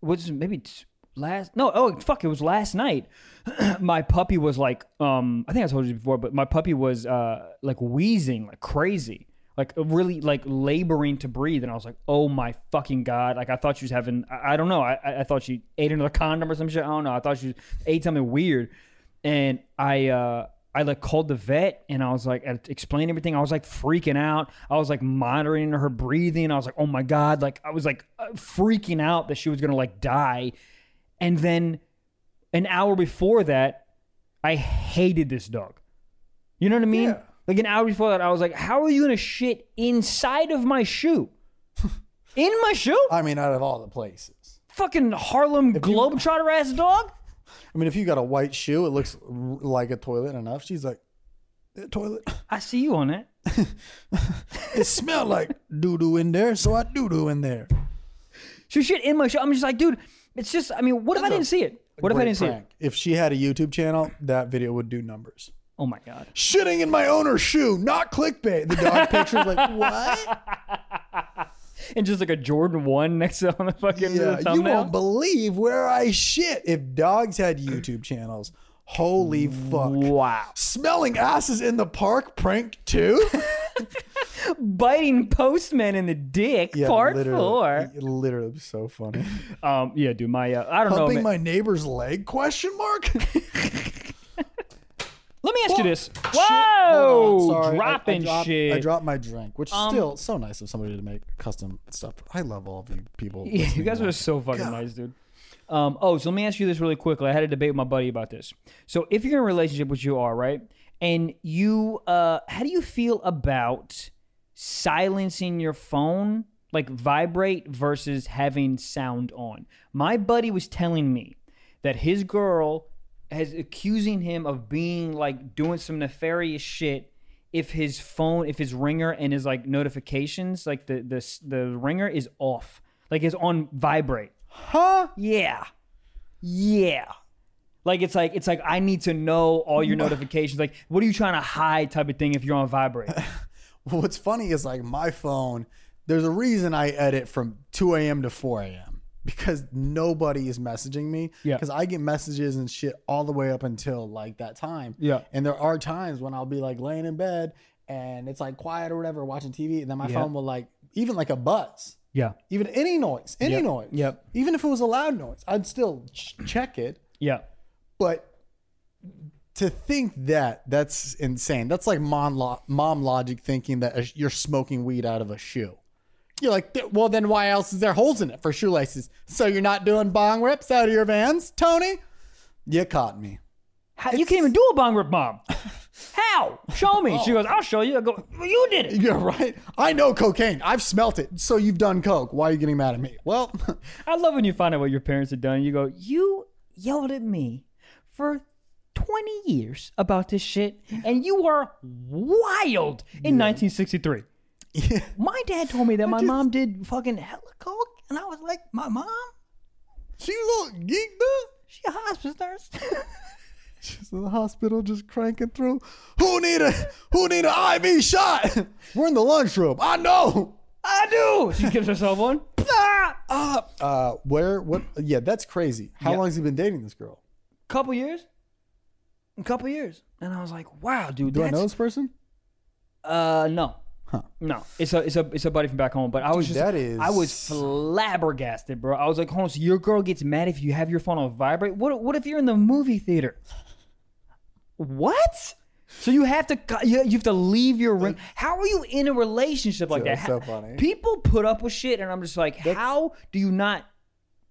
A: what's maybe t- last no oh fuck it was last night. my puppy was like um I think I told you before, but my puppy was uh like wheezing like crazy. Like really, like laboring to breathe, and I was like, "Oh my fucking god!" Like I thought she was having, I, I don't know, I, I- I thought she ate another condom or some shit. I don't know. I thought she ate something weird, and I uh I like called the vet and I was like I explained everything. I was like freaking out. I was like monitoring her breathing. I was like, "Oh my god!" Like I was like uh, freaking out that she was gonna like die. And then an hour before that, I hated this dog. You know what I mean?
B: Yeah.
A: Like an hour before that, I was like, "How are you gonna shit inside of my shoe? In my shoe?
B: I mean, out of all the places.
A: Fucking Harlem Globetrotter ass dog."
B: I mean, if you got a white shoe, it looks r- like a toilet enough. She's like, "Eh, toilet.
A: I see you on it.
B: It smelled like doo doo in there, so I doo doo in there.
A: She shit in my shoe. I'm just like, dude, it's just. I mean, what if I didn't see it? What if I
B: Great
A: didn't see it?
B: prank. If she had a YouTube channel, that video would do numbers.
A: Oh my god.
B: Shitting in my owner's shoe, not clickbait. The dog picture's like, what?
A: and just like a Jordan one next to on the fucking
B: Yeah, you
A: thumbnail.
B: won't believe where I shit. If dogs had YouTube channels, holy fuck.
A: wow,
B: Smelling asses in the park pranked too?
A: biting postman in the dick, part four.
B: it Literally was so funny.
A: Um, yeah, dude, my uh, I don't know.
B: Humping
A: man.
B: my neighbor's leg question mark?
A: Let me ask you this.
B: Hold on,
A: Whoa,
B: sorry. I- I
A: dropping
B: dropped-
A: shit. Um,
B: I dropped my drink, which is still so nice of somebody to make custom stuff. I love all of you people.
A: Yeah, you
B: listening.
A: guys are so fucking nice, dude. Um, oh, so let me ask you this really quickly. I had a debate with my buddy about this. So if you're in a relationship, which you are, right, and you, uh, how do you feel about silencing your phone, like vibrate, versus having sound on? My buddy was telling me that his girl has accusing him of being like doing some nefarious shit if his phone if his ringer and his like notifications like the the s- the ringer is off like it's on vibrate
B: Huh?
A: yeah yeah like it's like it's like i need to know all your notifications like what are you trying to hide type of thing if you're on vibrate
B: Well, what's funny is like my phone, there's a reason I edit from 2 a.m. to 4 a.m. because nobody is messaging me.
A: Yeah.
B: Because I get messages and shit all the way up until like that time.
A: Yeah.
B: And there are times when I'll be like laying in bed and it's like quiet or whatever, watching TV, and then my phone will like, even like a buzz,
A: yeah
B: even any noise, any noise.
A: Yep.
B: Even if it was a loud noise, I'd still ch- check it.
A: yeah
B: But to think that that's insane. That's like mom, lo- mom logic thinking that a- you're smoking weed out of a shoe. You're like, "Th- well, then why else is there holes in it for shoelaces? So you're not doing bong rips out of your vans, Tony? You caught me.
A: How, you can't even do a bong rip mom how show me
B: Oh.
A: she goes i'll show you i go "Well, you did it
B: You're right. I know cocaine. I've smelt it. So you've done coke. Why are you getting mad at me? Well,
A: i love when you find out what your parents have done you go you yelled at me for 20 years about this shit and you were wild in 1963
B: yeah.
A: My dad told me that my
B: just-
A: mom did fucking hella coke, and I was like, my mom,
B: she was all geeked up.
A: she a hospice nurse.
B: She's in the hospital, just cranking through. Who need a Who need an IV shot? We're in the lunchroom. I know.
A: I do. She gives herself one. Ah!
B: Uh, uh, where? What? Yeah, that's crazy. How
A: Yeah.
B: long has he been dating this girl?
A: Couple years. a couple years, and I was like, wow, dude.
B: Do I
A: that's,
B: know this person?
A: Uh, no.
B: Huh.
A: No, it's a it's a it's a buddy from back home. But I was
B: Dude,
A: just
B: that is-
A: I was flabbergasted, bro. I was like, hold on, so your girl gets mad if you have your phone on vibrate. What what if you're in the movie theater? What? So you have to co- you you have to leave your room. How are you in a relationship like
B: Dude,
A: that?
B: that's so
A: How-
B: funny.
A: People put up with shit, and I'm just like, how do you not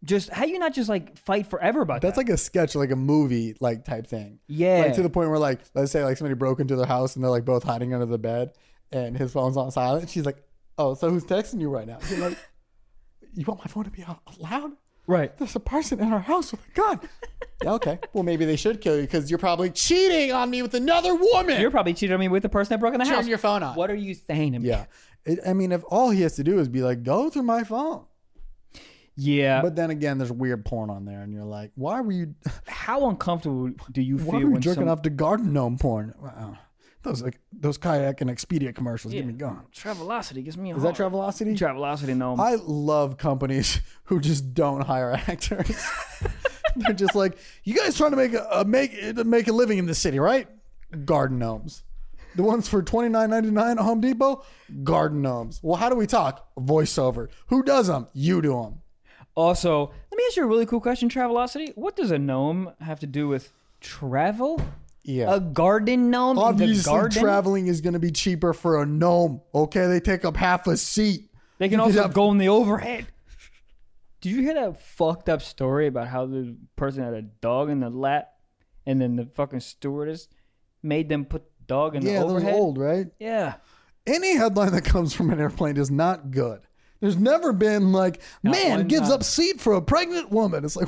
A: just how you not just like fight forever about
B: That's
A: that?
B: like a sketch, like a movie, like type thing.
A: yeah,
B: Like to the point where, like, let's say like somebody broke into their house and they're like both hiding under the bed, and his phone's on silent. She's like, "Oh, so who's texting you right now?" You're like, "You want my phone to be out loud?
A: right.
B: There's a person in our house with a gun." yeah, okay. Well, maybe they should kill you because you're probably cheating on me with another woman.
A: You're probably cheating on me with the person that broke in the house.
B: Turn your phone on.
A: What are you saying to me?
B: Yeah. It, I mean, if all he has to do is be like, "Go through my phone,"
A: yeah.
B: but then again, there's weird porn on there, and you're like, "Why were you?"
A: how uncomfortable do you feel
B: Why are we
A: when
B: jerking
A: some,
B: off to garden gnome porn? Wow. Those like those kayak and Expedia commercials get me gone.
A: Travelocity gives me a
B: Is that Travelocity?
A: Travelocity, no.
B: I love companies who just don't hire actors. They're just like, you guys trying to make a, a make to make a living in the city, right? Garden gnomes. The ones for twenty nine ninety nine at Home Depot, garden gnomes. Well, how do we talk? Voiceover. Who does them? You do them.
A: also, let me ask you a really cool question, Travelocity. What does a gnome have to do with travel?
B: Yeah.
A: A garden gnome? in the
B: Obviously,
A: garden?
B: traveling is going to be cheaper for a gnome. Okay, they take up half a seat.
A: They can
B: You could
A: also
B: have-
A: go in the overhead. Did you hear that fucked up story about how the person had a dog in the lap and then the fucking stewardess made them put the dog in
B: Yeah,
A: the
B: that was
A: overhead?
B: old, right?
A: Yeah.
B: Any headline that comes from an airplane is not good. There's never been like, man
A: one
B: gives
A: time.
B: up seat for a pregnant woman. It's like,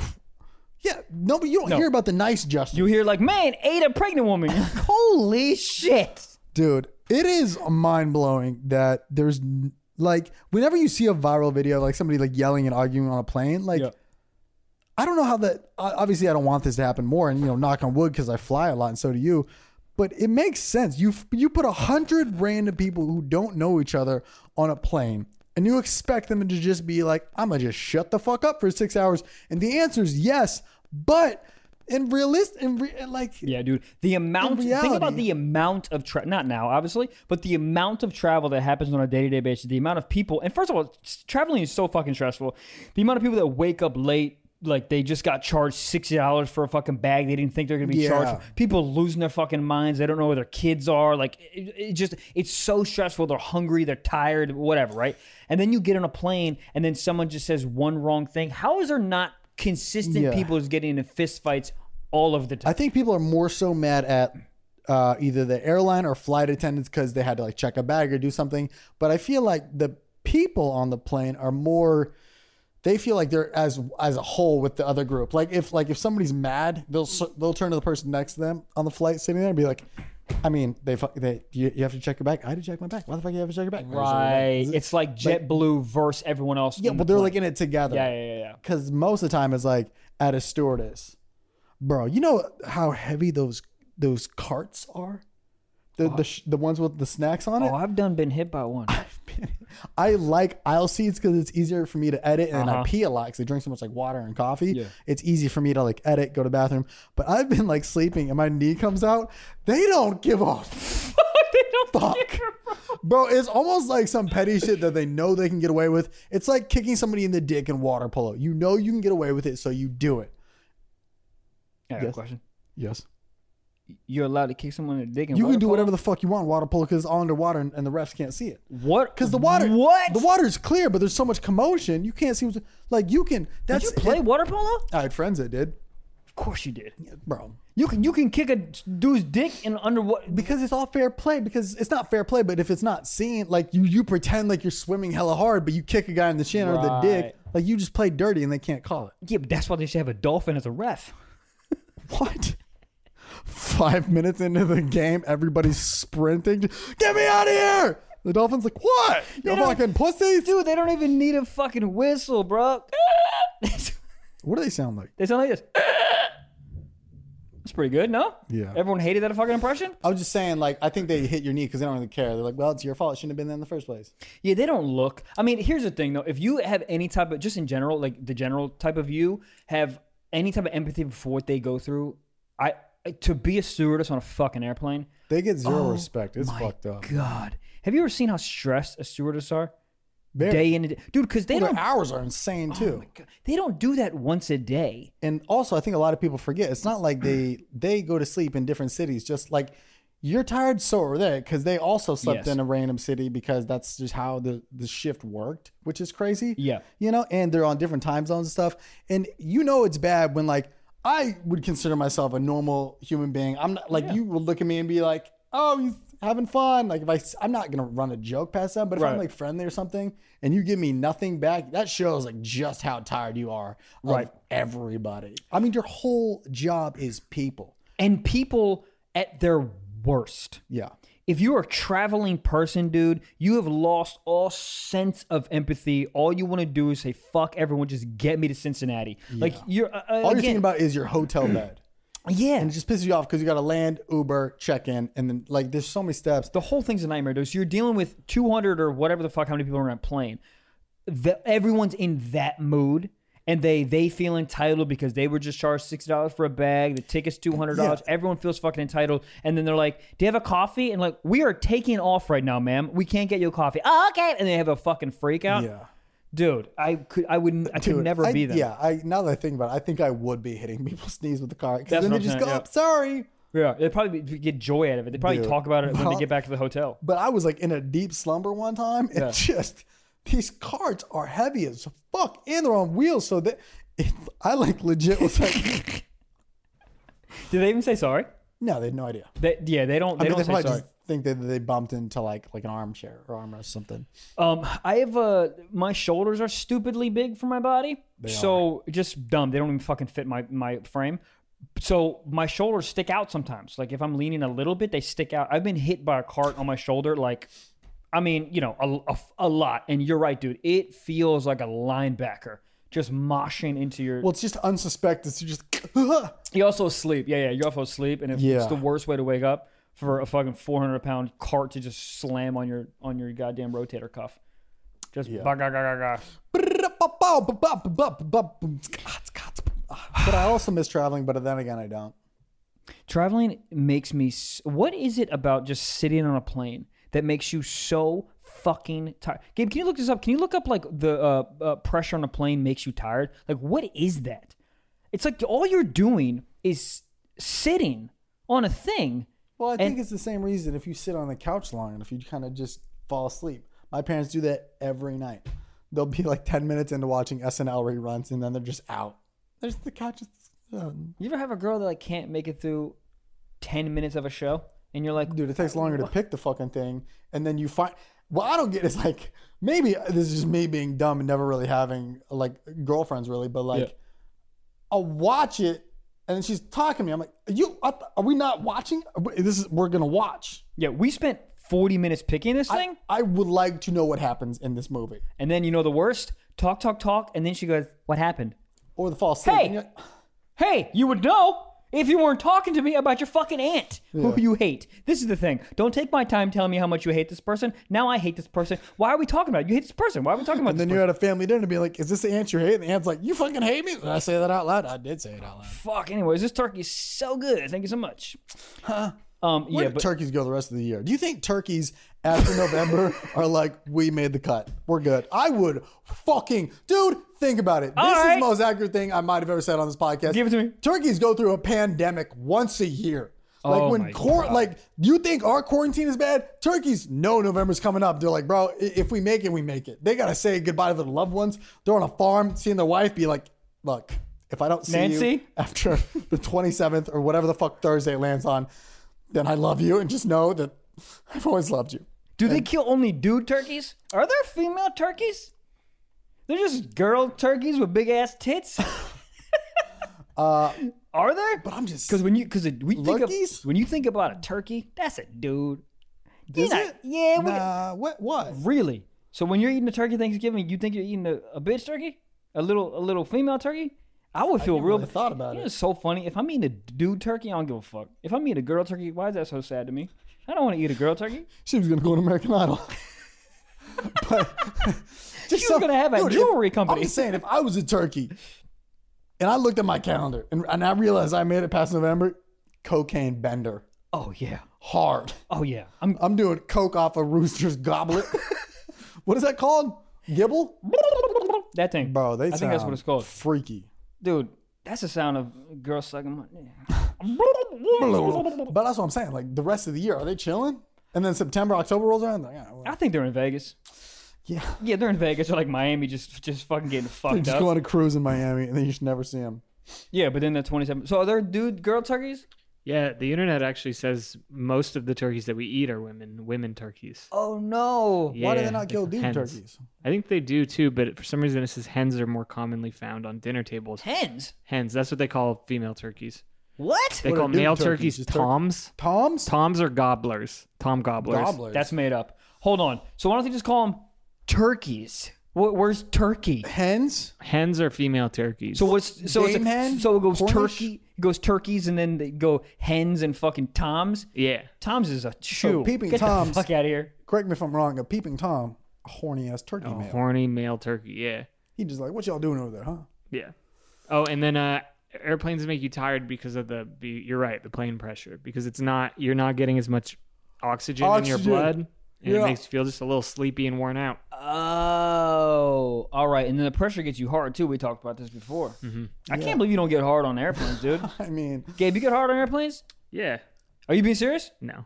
B: yeah, no, but you don't hear about the nice Justin,
A: You hear like, man, ate a pregnant woman. You're like, Holy shit.
B: dude. It is mind blowing that there's n- like whenever you see a viral video like somebody like yelling and arguing on a plane, like.
A: Yeah.
B: I don't know how that. o- Obviously, I don't want this to happen more, and you know, knock on wood, because I fly a lot, and so do you. But it makes sense. You f- you put a hundred random people who don't know each other on a plane, and you expect them to just be like, "I'm gonna just shut the fuck up for six hours," and the answer is yes, but in realist and re- and like
A: Yeah, dude. The amount. think about
B: reality-
A: the amount of tra- not now, obviously, but the amount of travel that happens on a day to day basis. The amount of people, and first of all, s- traveling is so fucking stressful. The amount of people that wake up late. Like they just got charged sixty dollars for a fucking bag they didn't think they're gonna be
B: Yeah.
A: charged. People losing their fucking minds. They don't know where their kids are. Like it, it just, it's so stressful. They're hungry. They're tired. Whatever, right? And then you get on a plane, and then someone just says one wrong thing. How is there not consistent
B: Yeah.
A: people is getting into fist fights all of the time?
B: I think people are more so mad at uh, either the airline or flight attendants because they had to like check a bag or do something. But I feel like the people on the plane are more. They feel like they're as as a whole with the other group. Like if like if somebody's mad, they'll s- they'll turn to the person next to them on the flight sitting there and be like, "I mean, they fu- they you, you have to check your bag. I had to check my bag. Why the fuck you have to check your bag?
A: Right. It's like JetBlue versus everyone else.
B: Yeah, well, they're like in it together
A: yeah, yeah, yeah, yeah.
B: because most of the time it's like at a stewardess, bro. You know how heavy those those carts are, the the, sh- the ones with the snacks on it.
A: Oh, I've done been hit by one.
B: I like aisle seats because it's easier for me to edit, and
A: Uh-huh.
B: I pee a lot because I drink so much like water and coffee. It's easy for me to like edit, go to bathroom. But I've been like sleeping, and my knee comes out. They don't give off.
A: they don't
B: Fuck. Bro, it's almost like some petty shit that they know they can get away with. It's like kicking somebody in the dick in water polo. You know you can get away with it, so you do it.
A: I have a
B: Yes.
A: question.
B: Yes.
A: You're allowed to kick someone in the dick. And
B: You can do whatever the fuck you want in water polo because it's all underwater and, and the refs can't see it.
A: What?
B: Because the water,
A: What?
B: The water's clear, but there's so much commotion you can't see. What's, like you can.
A: Did
B: That's
A: you play
B: It,
A: water polo?
B: I had friends that did,
A: Of course you did.
B: bro.
A: You can you can kick a dude's dick in underwater.
B: Because it's all fair play. Because it's not fair play, but if it's not seen, like you, you pretend like you're swimming hella hard, but you kick a guy in the shin or the dick.
A: Right.
B: Like you just play dirty and they can't call it.
A: Yeah, but that's why they should have a dolphin as a ref.
B: What? Five minutes into the game, everybody's sprinting. Get me out of here! The dolphin's like, what? You
A: don't-
B: fucking pussies.
A: Dude, they don't even need a fucking whistle, bro. they
B: What do they sound like?
A: sound like this. That's pretty good, no?
B: Yeah.
A: Everyone hated that fucking impression.
B: I was just saying, like, I think they hit your knee because they don't really care. They're like, well, it's your fault. It shouldn't have been there in the first place.
A: Yeah, they don't look. I mean, here's the thing though. If you have any type of just in general, like the general type of you have any type of empathy for what they go through, I like, to be a stewardess on a fucking airplane.
B: They get zero
A: Oh
B: respect. It's
A: my
B: fucked up.
A: God, have you ever seen how stressed a stewardess are
B: Very-
A: day in and day? dude? Because they
B: Well,
A: don't
B: their hours are insane too.
A: they don't do that once a day.
B: and also I think a lot of people forget it's not like they they go to sleep in different cities just like you're tired so are they because they also slept
A: Yes.
B: in a random city because that's just how the the shift worked which is crazy
A: Yeah.
B: you know and they're on different time zones and stuff and you know it's bad when like I would consider myself a normal human being I'm not like you will look at me and be like oh he's having fun like if I s- I'm not gonna run a joke past them but if I'm
A: Right.
B: like friendly or something and you give me nothing back that shows like just how tired you are of
A: Right.
B: everybody i mean your whole job is people
A: And people at their worst.
B: yeah
A: If you're a traveling person, dude, you have lost all sense of empathy. All you want to do is say, "Fuck everyone, just get me to Cincinnati." Like you're uh,
B: all
A: all
B: you're
A: again,
B: thinking about is your hotel bed
A: yeah.
B: and it just pisses you off because you got to land uber check in and then like there's so many steps
A: the whole thing's a nightmare, dude. So you're dealing with 200 or whatever the fuck, how many people are on a plane. The, everyone's in that mood, and they they feel entitled because they were just charged sixty dollars for a bag. The ticket's two hundred dollars. Everyone feels fucking entitled, and then they're like, "Do you have a coffee?" And like, "We are taking off right now, ma'am. We can't get you a coffee." Oh, okay. And they have a fucking freak out,
B: yeah
A: dude. I could I wouldn't I could
B: Dude,
A: never
B: I-
A: be them.
B: yeah i now that i think about it i think i would be hitting people's knees with the car because
A: That's
B: then
A: what
B: they
A: I'm
B: just
A: saying,
B: go
A: yeah.
B: up sorry
A: yeah. They probably be- get joy out of it. They probably
B: Dude.
A: talk about it when
B: Well-
A: they get back to the hotel.
B: but i was like in a deep slumber one time and just these carts are heavy as fuck and they're on wheels so that i like legit was like
A: Did they even say sorry?
B: no they had no idea
A: They, yeah, they don't. They
B: I mean,
A: don't
B: they
A: say
B: probably
A: sorry.
B: just think that they bumped into like like an armchair or armrest or something.
A: Um, I have a my shoulders are stupidly big for my body, so just dumb. They don't even fucking fit my my frame. So my shoulders stick out sometimes. Like if I'm leaning a little bit, they stick out. I've been hit by a cart on my shoulder, like I mean, you know, a, a- a lot. And you're right, dude. It feels like a linebacker just moshing into your.
B: Well, it's just unsuspected. So you just
A: you also asleep. Yeah, yeah. You're also asleep, and it's,
B: Yeah.
A: it's the worst way to wake up for a fucking 400 pound cart to just slam on your on your goddamn rotator cuff. Just bah, gah, gah, gah, gah.
B: but I also miss traveling. But then again, I don't.
A: Traveling makes me. s- What is it about just sitting on a plane that makes you so fucking tired? Gabe, can you look this up? Can you look up like the uh, uh, pressure on a plane makes you tired? Like, what is that? It's like all you're doing is sitting on a thing.
B: Well, I think it's the same reason if you sit on the couch long enough, you kind of just fall asleep. My parents do that every night. They'll be like ten minutes into watching SNL reruns, and then they're just out. There's the couch. is- um,
A: You ever have a girl that like can't make it through ten minutes of a show, and you're like,
B: Dude, it takes longer to pick the fucking thing, and then you find. What I don't get is like maybe uh, this is just me being dumb and never really having like girlfriends really, but like
A: Yeah.
B: I'll watch it and then she's talking to me. I'm like, you I th- are we not watching? This is we're gonna watch.
A: "Yeah, we spent 40 minutes picking this thing,
B: I would like to know what happens in this movie,
A: and then you know the worst, talk, talk, talk, and then she goes, what happened?'"
B: or the false asleep.
A: Hey!
B: And you're like,
A: Hey, you would know if you weren't talking to me about your fucking aunt who you hate. This is the thing. Don't take my time telling me how much you hate this person. Now I hate this person. Why are we talking about it? You hate this person. Why are we talking about
B: and
A: this
B: then you're
A: person?
B: at a family dinner, being like, "Is this the aunt you hate?" And the aunt's like, "You fucking hate me." Did I say that out loud? I did say it out loud.
A: Fuck. Anyways, this turkey is so good. Thank you so much. Huh? Um.
B: Where
A: yeah,
B: do
A: but
B: turkeys go the rest of the year? Do you think turkeys after November are like, we made the cut, we're good? I would fucking, dude, think about it. This is
A: right.
B: the most accurate thing I might have ever said on this podcast.
A: Give it to me.
B: Turkeys go through a pandemic once a year. Like
A: Oh
B: when
A: my
B: quar- like you think our quarantine is bad? Turkeys know November's coming up. They're like, bro, i- if we make it, we make it. They gotta say goodbye to their loved ones. They're on a farm, seeing their wife, be like, look, if I don't see you
A: Nancy?
B: after the 27th or whatever the fuck Thursday lands on, then I love you and just know that I've always loved you.
A: do they kill only dude turkeys? Are there female turkeys? They're just girl turkeys with big ass tits. are there?
B: Uh, But I'm just
A: Because when you because we think of,
B: Lurkies?
A: when you think about a turkey, that's a dude.
B: is
A: not-
B: it?
A: yeah, we-
B: Nah, what what?
A: Really? So when you're eating a turkey Thanksgiving, you think you're eating a, a bitch turkey, a little a little female turkey? I would feel real.
B: really thought about
A: You know,
B: it.
A: It's so funny. If I'm eating a dude turkey, I don't give a fuck. If I'm eating a girl turkey, why is that so sad to me? I don't want to eat a girl turkey.
B: She was gonna go on American Idol. but just
A: was gonna have a
B: Dude, if-
A: jewelry company.
B: I'm just saying, if I was a turkey and I looked at my calendar and, and I realized I made it past November, cocaine bender
A: Oh yeah.
B: hard.
A: Oh yeah. I'm
B: I'm doing coke off a rooster's goblet. what is that called? Gibble?
A: that thing.
B: Bro, they
A: I think that's
B: sound
A: what it's called.
B: Freaky. Dude.
A: That's the sound of girls sucking my
B: But that's what I'm saying. Like the rest of the year, are they chilling? And then September, October rolls around. Like, yeah, well,
A: I think they're in Vegas.
B: yeah.
A: Yeah, they're in Vegas or like Miami, just just fucking getting
B: They
A: fucked
B: just
A: up.
B: go on a cruise in Miami, and then you should never see them.
A: yeah, but then the twenty seven. So are there dude girl turkeys?
C: Yeah, the internet actually says most of the turkeys that we eat are women, women turkeys.
A: Oh no.
C: Yeah,
B: Why do they not kill
C: they're
B: dude
C: hens.
B: turkeys?
C: I think they do too, but for some reason it says hens are more commonly found on dinner tables.
A: Hens.
C: Hens, that's what they call female turkeys.
A: What?
C: They
B: What are
C: call
B: dude
C: male
B: turkeys?
C: turkeys,
B: Just turkey-
C: toms.
B: Toms?
C: Toms are gobblers. Tom gobblers.
B: Gobblers.
A: That's made up. Hold on. So why don't they just call them turkeys? Wh- where's turkey?
B: hens.
C: Hens are female turkeys.
A: So what's so
B: Game
A: it's
B: hen?
A: so it goes
B: Cornish?
A: turkey, it goes turkeys, and then they go hens and fucking toms.
C: yeah,
A: Toms is a shoe.
B: peeping
A: Get
B: toms.
A: the fuck out of here.
B: Correct me if I'm wrong. A peeping tom, a horny ass turkey male.
C: horny male turkey. Yeah,
B: he just like, what y'all doing over there, huh?
C: yeah. Oh, and then uh, airplanes make you tired because of the. be- You're right, the plane pressure because it's not. You're not getting as much oxygen, in your
B: Oxygen.
C: blood, and
B: Yeah.
C: it makes you feel just a little sleepy and worn out.
A: Oh, all right. And then the pressure gets you hard too. We talked about this before. I can't believe you don't get hard on airplanes, dude.
B: I mean,
A: Gabe, you get hard on airplanes?
C: Yeah.
A: Are you being serious?
C: No.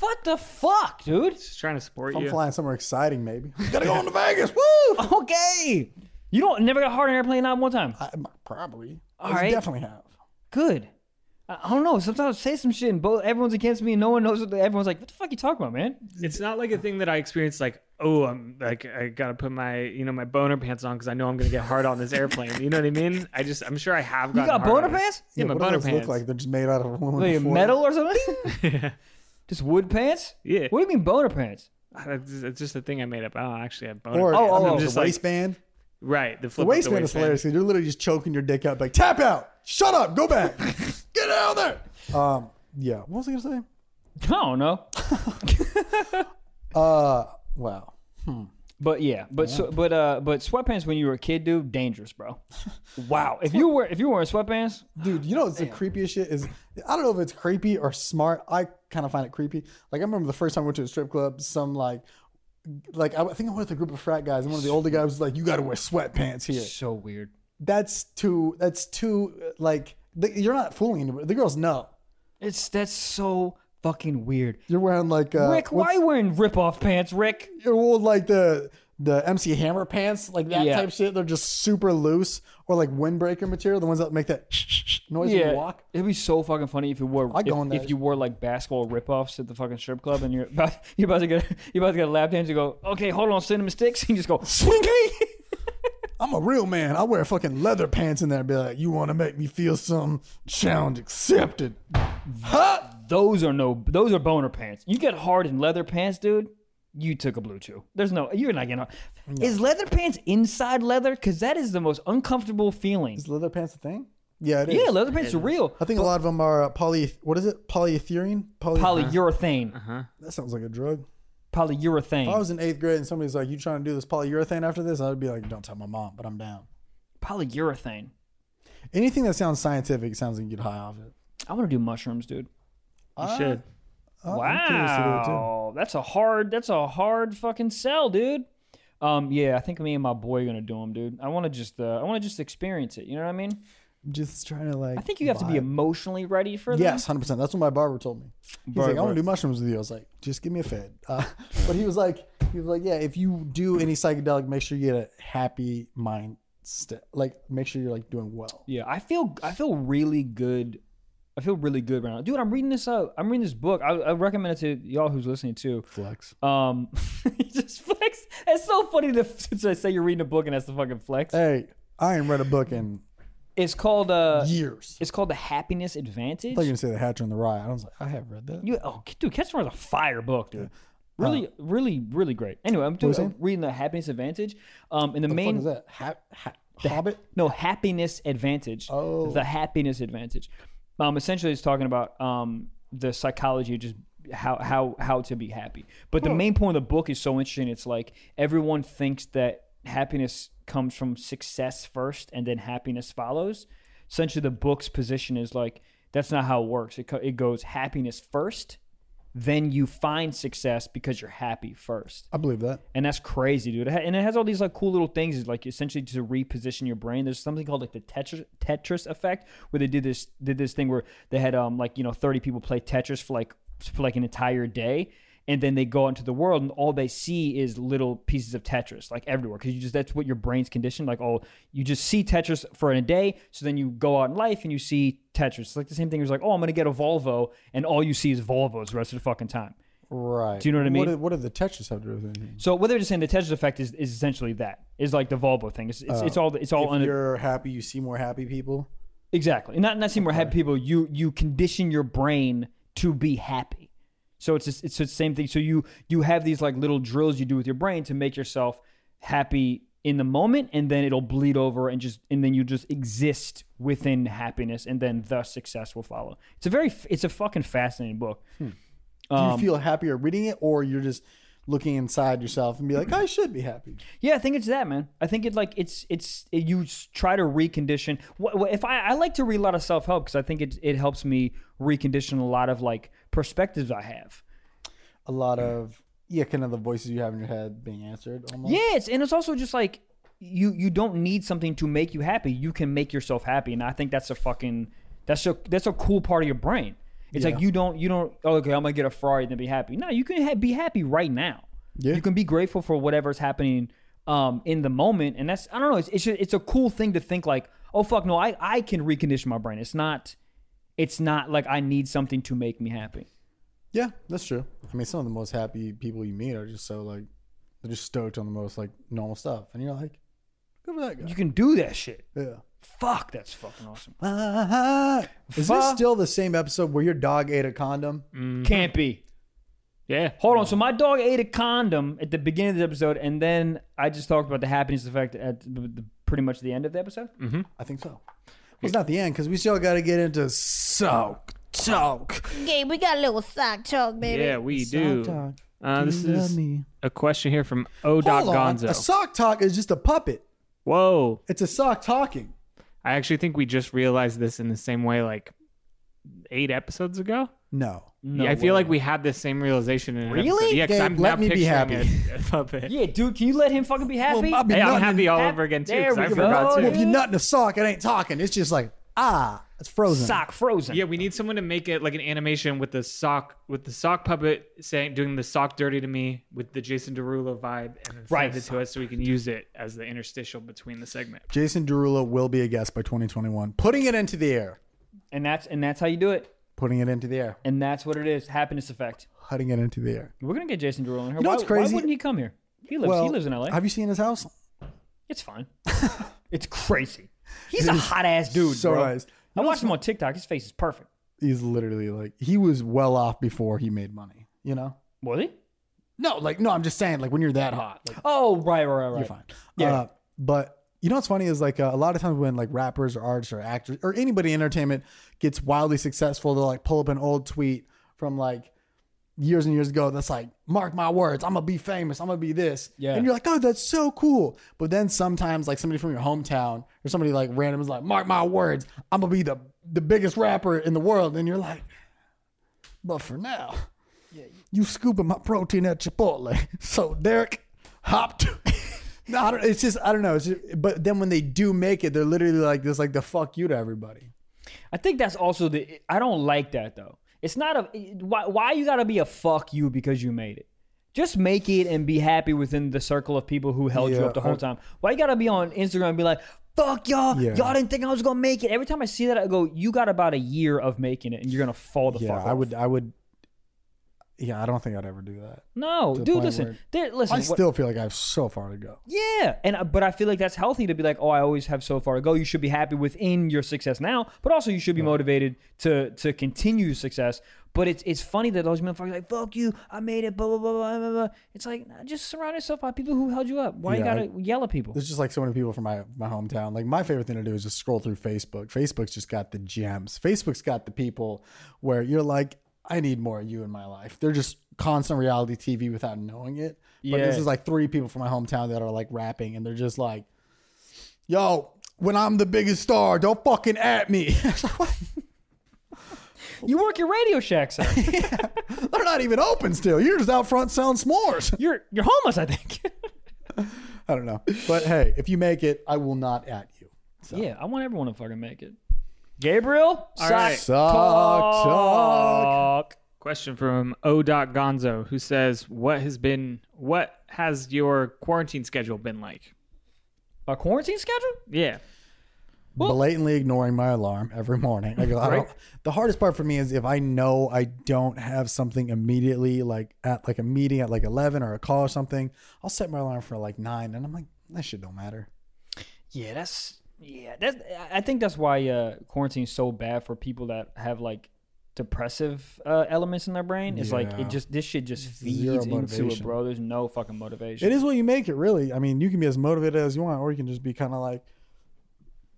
A: What the fuck, dude?
C: Just trying to support
B: if I'm
C: you.
B: flying somewhere exciting, maybe. Gotta go on to Vegas. Woo!
A: Okay. You don't never got hard on airplane not one time.
B: I, probably.
A: All
B: I
A: right.
B: definitely have.
A: Good. I, I don't know. Sometimes I say some shit and both everyone's against me and no one knows what the, everyone's like, what the fuck you talking about, man?
C: It's not like a thing that I experienced. Like, oh, I'm like I gotta put my you know my boner pants on because I know I'm gonna get hard on this airplane. You know what I mean? I just I'm sure I have
A: You
C: gotten
A: got
C: hard on
A: boner
C: it.
A: pants?
C: Yeah, my
B: what do
C: boner
B: those
C: pants.
B: look like? They're just made out of aluminum
A: Like
B: foil.
A: metal or something?
C: yeah.
A: Just wood pants?
C: Yeah.
A: What do you mean boner pants?
C: It's just- it's just a thing I made up. I don't actually have boner.
B: Or
A: Oh, oh,
B: I mean,
A: oh.
B: the
C: Just like-
B: waistband.
C: right. The,
B: The
C: flip
B: waistband is hilarious because you're literally just choking your dick out. Like, tap out. Shut up. Go back. Get out of there. Um, yeah. What was I going to say?
A: I don't know.
B: Uh, wow.
A: But yeah, but so, but uh, but sweatpants when you were a kid, dude, dangerous, bro. Wow, if you were if you were wearing sweatpants,
B: Dude, you know what's the creepiest shit is I don't know if it's creepy or smart. I kind of find it creepy. Like I remember the first time I went to a strip club, some like like I think I went with a group of frat guys, and one of the older guys was like, "You got to wear sweatpants here."
A: so weird.
B: That's too. That's too. uh, Like the, you're not fooling anybody. The girls know
A: It's that's so fucking weird.
B: you're wearing like uh,
A: Rick, why
B: what's-
A: are you wearing rip off pants, Rick?
B: you're wearing like the the MC Hammer pants, like that
A: Yeah.
B: type shit. They're just super loose or like windbreaker material, the ones that make that noise when you walk.
A: it'd be so fucking funny if you wore
B: I'd go in
A: if,
B: those.
A: if you wore like basketball rip offs at the fucking strip club and you're about you're about to get you're about to get a lap dance. You go, okay, hold on, cinnamon sticks, and you just go,
B: I'm a real man. I wear fucking leather pants in there and be like, you want to make me feel some challenge accepted. Huh?
A: those are no those are boner pants. You get hard in leather pants, dude. You took a blue chew. There's no you're not getting hard. Is leather pants inside leather? Cause that is the most uncomfortable feeling.
B: Is leather pants a thing? Yeah, it is.
A: Yeah, leather pants are real.
B: I think a lot of them are uh, poly. What is it? Polyethylene. Poly.
A: Polyurethane.
B: that sounds like a drug.
A: Polyurethane.
B: Uh-huh. If I was in eighth grade and somebody's like, "You trying to do this polyurethane after this?" I'd be like, "Don't tell my mom," but I'm down.
A: Polyurethane.
B: Anything that sounds scientific sounds like you get high off it.
A: I want to do mushrooms, dude.
C: You should.
B: Oh, I'm curious to do it, too.
A: Wow, that's a hard. That's a hard fucking sell, dude. Um, yeah, I think me and my boy are gonna do them, dude. I want to just, uh, I want to just experience it. You know what I mean?
B: I'm just trying to like.
A: I think you have to be emotionally ready for that.
B: Yes, hundred percent. That's what my barber told me. He's like, I want to do mushrooms with you. I was like, just give me a fed. Uh, but he was like, he was like, yeah, if you do any psychedelic, make sure you get a happy mind. St- like, make sure you're like doing well.
A: Yeah, I feel I feel really good. I feel really good right now, dude. I'm reading this. Uh, I'm reading this book. I, I recommend it to y'all who's listening too.
B: Flex.
A: Um, you just flex. That's so funny to, to say you're reading a book and that's the fucking flex.
B: Hey, I ain't read a book in
A: It's called uh,
B: years. I
A: it's called the Happiness Advantage.
B: thought you were gonna say the Hatcher and the Rye. I was like, I have read that.
A: You oh k- dude, Catch Fire is a fire book, dude. Really, really, really great. Anyway, I'm doing
B: Uh-huh. you
A: I'm reading the Happiness Advantage. Um, and the,
B: What the fuck
A: main
B: is that? Ha- ha- Hobbit.
A: no Happiness Advantage.
B: Oh.
A: the Happiness Advantage. Um, essentially, it's talking about um the psychology of just how how how to be happy. But the main point of the book is so interesting. It's like everyone thinks that happiness comes from success first, and then happiness follows. Essentially, the book's position is like That's not how it works. It, co- it goes happiness first, then you find success because you're happy first.
B: I believe that.
A: And that's crazy, dude. It ha- And it has all these like cool little things, is, like essentially to reposition your brain. There's something called like the Tetris, Tetris effect, where they did this did this thing where they had um like you know 30 people play Tetris for like for like an entire day, and then they go out into the world and all they see is little pieces of Tetris like everywhere because you just that's what your brain's conditioned. Like oh, you just see Tetris for a day, so then you go out in life and you see Tetris. It's like the same thing. It's like oh, I'm gonna get a Volvo, and all you see is Volvos the rest of the fucking time.
B: Right.
A: Do you know what I mean?
B: What, did the Tetris have to do with anything?
A: So what they're just saying the Tetris effect is, is essentially that is like the Volvo thing. It's it's, it's all it's all
B: Oh. If
A: under
B: you're happy, you see more happy people.
A: exactly. Not not seeing where happy people. You you condition your brain to be happy. So it's just, it's the same thing. So you you have these like little drills you do with your brain to make yourself happy in the moment, and then it'll bleed over and just and then you just exist within happiness, and then thus success will follow. It's a very f- it's a fucking fascinating book.
B: Do
C: Um,
B: you feel happier reading it, or you're just looking inside yourself and be like, I should be happy?
A: Yeah, I think it's that, man. I think it like it's it's it, you s- try to recondition. What, what, if I I like to read a lot of self help because I think it it helps me recondition a lot of like perspectives I have.
B: A lot of yeah, kind of the voices you have in your head being answered. Almost.
A: Yeah, it's, and it's also just like you you don't need something to make you happy. You can make yourself happy, and I think that's a fucking that's a that's a cool part of your brain. It's like you don't you don't oh, okay. I'm gonna get a Ferrari and then be happy. No, you can ha- be happy right now.
B: Yeah.
A: you can be grateful for whatever's happening um in the moment, and that's I don't know. It's it's, just, it's a cool thing to think like oh fuck no, I I can recondition my brain. It's not it's not like I need something to make me happy.
B: Yeah, that's true. I mean, some of the most happy people you meet are just so like they're just stoked on the most like normal stuff, and you're like, good for that guy.
A: You can do that shit.
B: Yeah.
A: Fuck, that's fucking awesome.
B: Is this
A: Fuck.
B: still the same episode where your dog ate a condom?
C: Mm.
A: Can't be.
C: Yeah.
A: Hold on. So my dog ate a condom at the beginning of the episode, and then I just talked about the happiness effect at the, the, pretty much the end of the episode.
B: I think so. Well, it's not the end because we still got to get into soak talk.
D: Okay, we got a little sock talk, baby.
C: Yeah, we do.
B: Sock talk.
C: Uh, this
B: Do you love
C: is
B: me?
C: a question here from O.
B: Hold on. A
C: Gonzo.
B: sock talk is just a puppet.
C: Whoa.
B: It's a sock talking.
C: I actually think we just realized this in the same way like eight episodes ago.
B: No.
A: No
C: yeah, I feel
A: way.
C: like we had this same realization in an
A: Really?
C: episode. Yeah, because
B: Gabe,
C: I'm
B: let
C: now
B: me be
C: picturing
B: happy.
C: a- a puppet.
A: Yeah, dude, can you let him fucking be happy?
B: I'll be
C: Hey, I'm
B: nutting-
C: happy all
A: Hap-
C: over again too
A: There
C: because I
A: we
C: forgot
A: go.
B: Well, if
C: to.
B: you're nutting a sock, it ain't talking. It's just like ah, it's frozen.
A: sock frozen.
C: Yeah, we need someone to make it like an animation with the sock with the sock puppet saying doing the sock dirty to me with the Jason Derulo vibe and then
A: Right.
C: send it to us so we can use it as the interstitial between the segment.
B: Jason Derulo will be a guest by 2021. Putting it into the air.
A: and that's and that's how you do it.
B: Putting it into the air.
A: And that's what it is. Happiness effect.
B: Putting it into the air.
A: We're gonna get Jason Derulo in here.
B: know
A: why,
B: what's
A: why
B: crazy?
A: wouldn't he come here? He lives. he lives in L.A.
B: Have you seen his house?
A: it's fine. it's crazy. He's a hot ass dude.
B: so
A: bro.
B: nice.
A: I watched him on TikTok. His face is perfect.
B: He's literally like he was well off before he made money. You know?
A: Was he?
B: No, like no. I'm just saying, like when you're that hot, like,
A: Oh right, right, right, right.
B: you're fine. Yeah. Uh, but you know what's funny is like uh, a lot of times when like rappers or artists or actors or anybody in entertainment gets wildly successful, they'll like pull up an old tweet from like years and years ago that's like, mark my words, I'm gonna be famous, I'm gonna be this.
A: Yeah.
B: And you're like, oh, that's so cool. But then sometimes like somebody from your hometown or somebody like random is like, mark my words, I'm gonna be the the biggest rapper in the world. And you're like, but for now, you scooping my protein at Chipotle. So Derek hopped. no, I don't, it's just I don't know. It's just, but then when they do make it, they're literally like this, like the fuck you to everybody.
A: I think that's also the. I don't like that though. It's not a why. Why you gotta be a fuck you because you made it. Just make it and be happy within the circle of people who held you
B: Yeah,
A: up the
B: I-
A: whole time. Why you gotta be on Instagram and be like, "Fuck y'all,
B: Yeah.
A: y'all didn't think I was gonna make it." Every time I see that, I go, "You got about a year of making it, and you're gonna fall the
B: Yeah,
A: fuck."
B: I
A: off."
B: would. I would. Yeah, I don't think I'd ever do that.
A: No,
B: to the
A: dude,
B: point
A: listen,
B: where-
A: there, listen.
B: I
A: what-
B: still feel like I have so far to go.
A: yeah, and I- but I feel like that's healthy to be like, "Oh, I always have so far to go." You should be happy within your success now, but also you should be motivated to to continue your success. But it's it's funny that those motherfuckers are like, "Fuck you, I made it." Blah blah blah blah blah. blah." It's like nah, just surround yourself by people who held you up. Why
B: Yeah,
A: you gotta yell at people?
B: There's just like so many people from my my hometown. Like my favorite thing to do is just scroll through Facebook. Facebook's just got the gems. Facebook's got the people where you're like, I need more of you in my life. They're just constant reality TV without knowing it. But this
A: Yeah.
B: is like three people from my hometown that are like rapping, and they're just like, Yo, when I'm the biggest star, don't fucking at me. It's like, what?
A: You work your Radio Shack, sir.
B: They're not even open still. You're just out front selling s'mores.
A: you're you're homeless, I think.
B: I don't know. But hey, if you make it, I will not at you.
A: yeah, I want everyone to fucking make it. Gabriel, sock
C: right.
B: Suck, suck.
A: talk.
C: Question from O. Gonzo, who says, "What has been? What has your quarantine schedule been like?"
A: A quarantine schedule?
C: Yeah,
B: Blatantly ignoring my alarm every morning. I go, I don't, the hardest part for me is if I know I don't have something immediately, like at like a meeting at like 11 or a call or something, I'll set my alarm for like nine and I'm like, that shit don't matter.
A: Yeah, that's yeah. That's I think that's why uh, quarantine's so bad for people that have like depressive uh, elements in their brain. It's like
B: Yeah.
A: it just this shit just
B: Zero
A: feeds into it,
B: motivation.
A: bro. There's no fucking motivation.
B: It is what you make it, really. I mean, you can be as motivated as you want, or you can just be kind of like,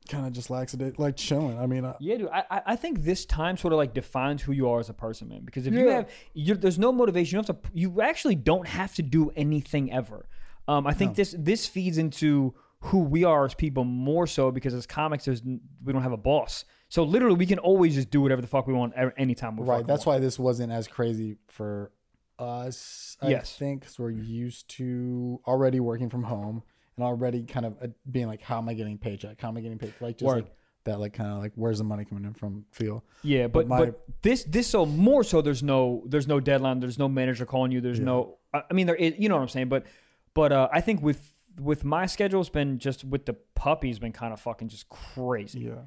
B: kind of just laxative, like chilling. I mean, I,
A: Yeah, dude. I, I- I think this time sort of like defines who you are as a person, man. Because if you have, you there's no motivation. You don't have to. You actually don't have to do anything ever. Um, I think this this feeds into who we are as people more so because as comics, there's n- we don't have a boss. So literally, we can always just do whatever the fuck we want ever, anytime we
B: right. That's why this wasn't as crazy for us. I
A: Yes.
B: think because we're used to already working from home and already kind of uh, being like, how am I getting paycheck? How am I getting paid? Like just
A: Word.
B: like that, like kind of like, where's the money coming in from? Feel.
A: Yeah, but,
B: But my-
A: but this this so more so there's no there's no deadline, there's no manager calling you, there's no I I mean there is you know what I'm saying, but but uh, I think with with my schedule it's been just with the puppies been kind of fucking just crazy.
B: Yeah.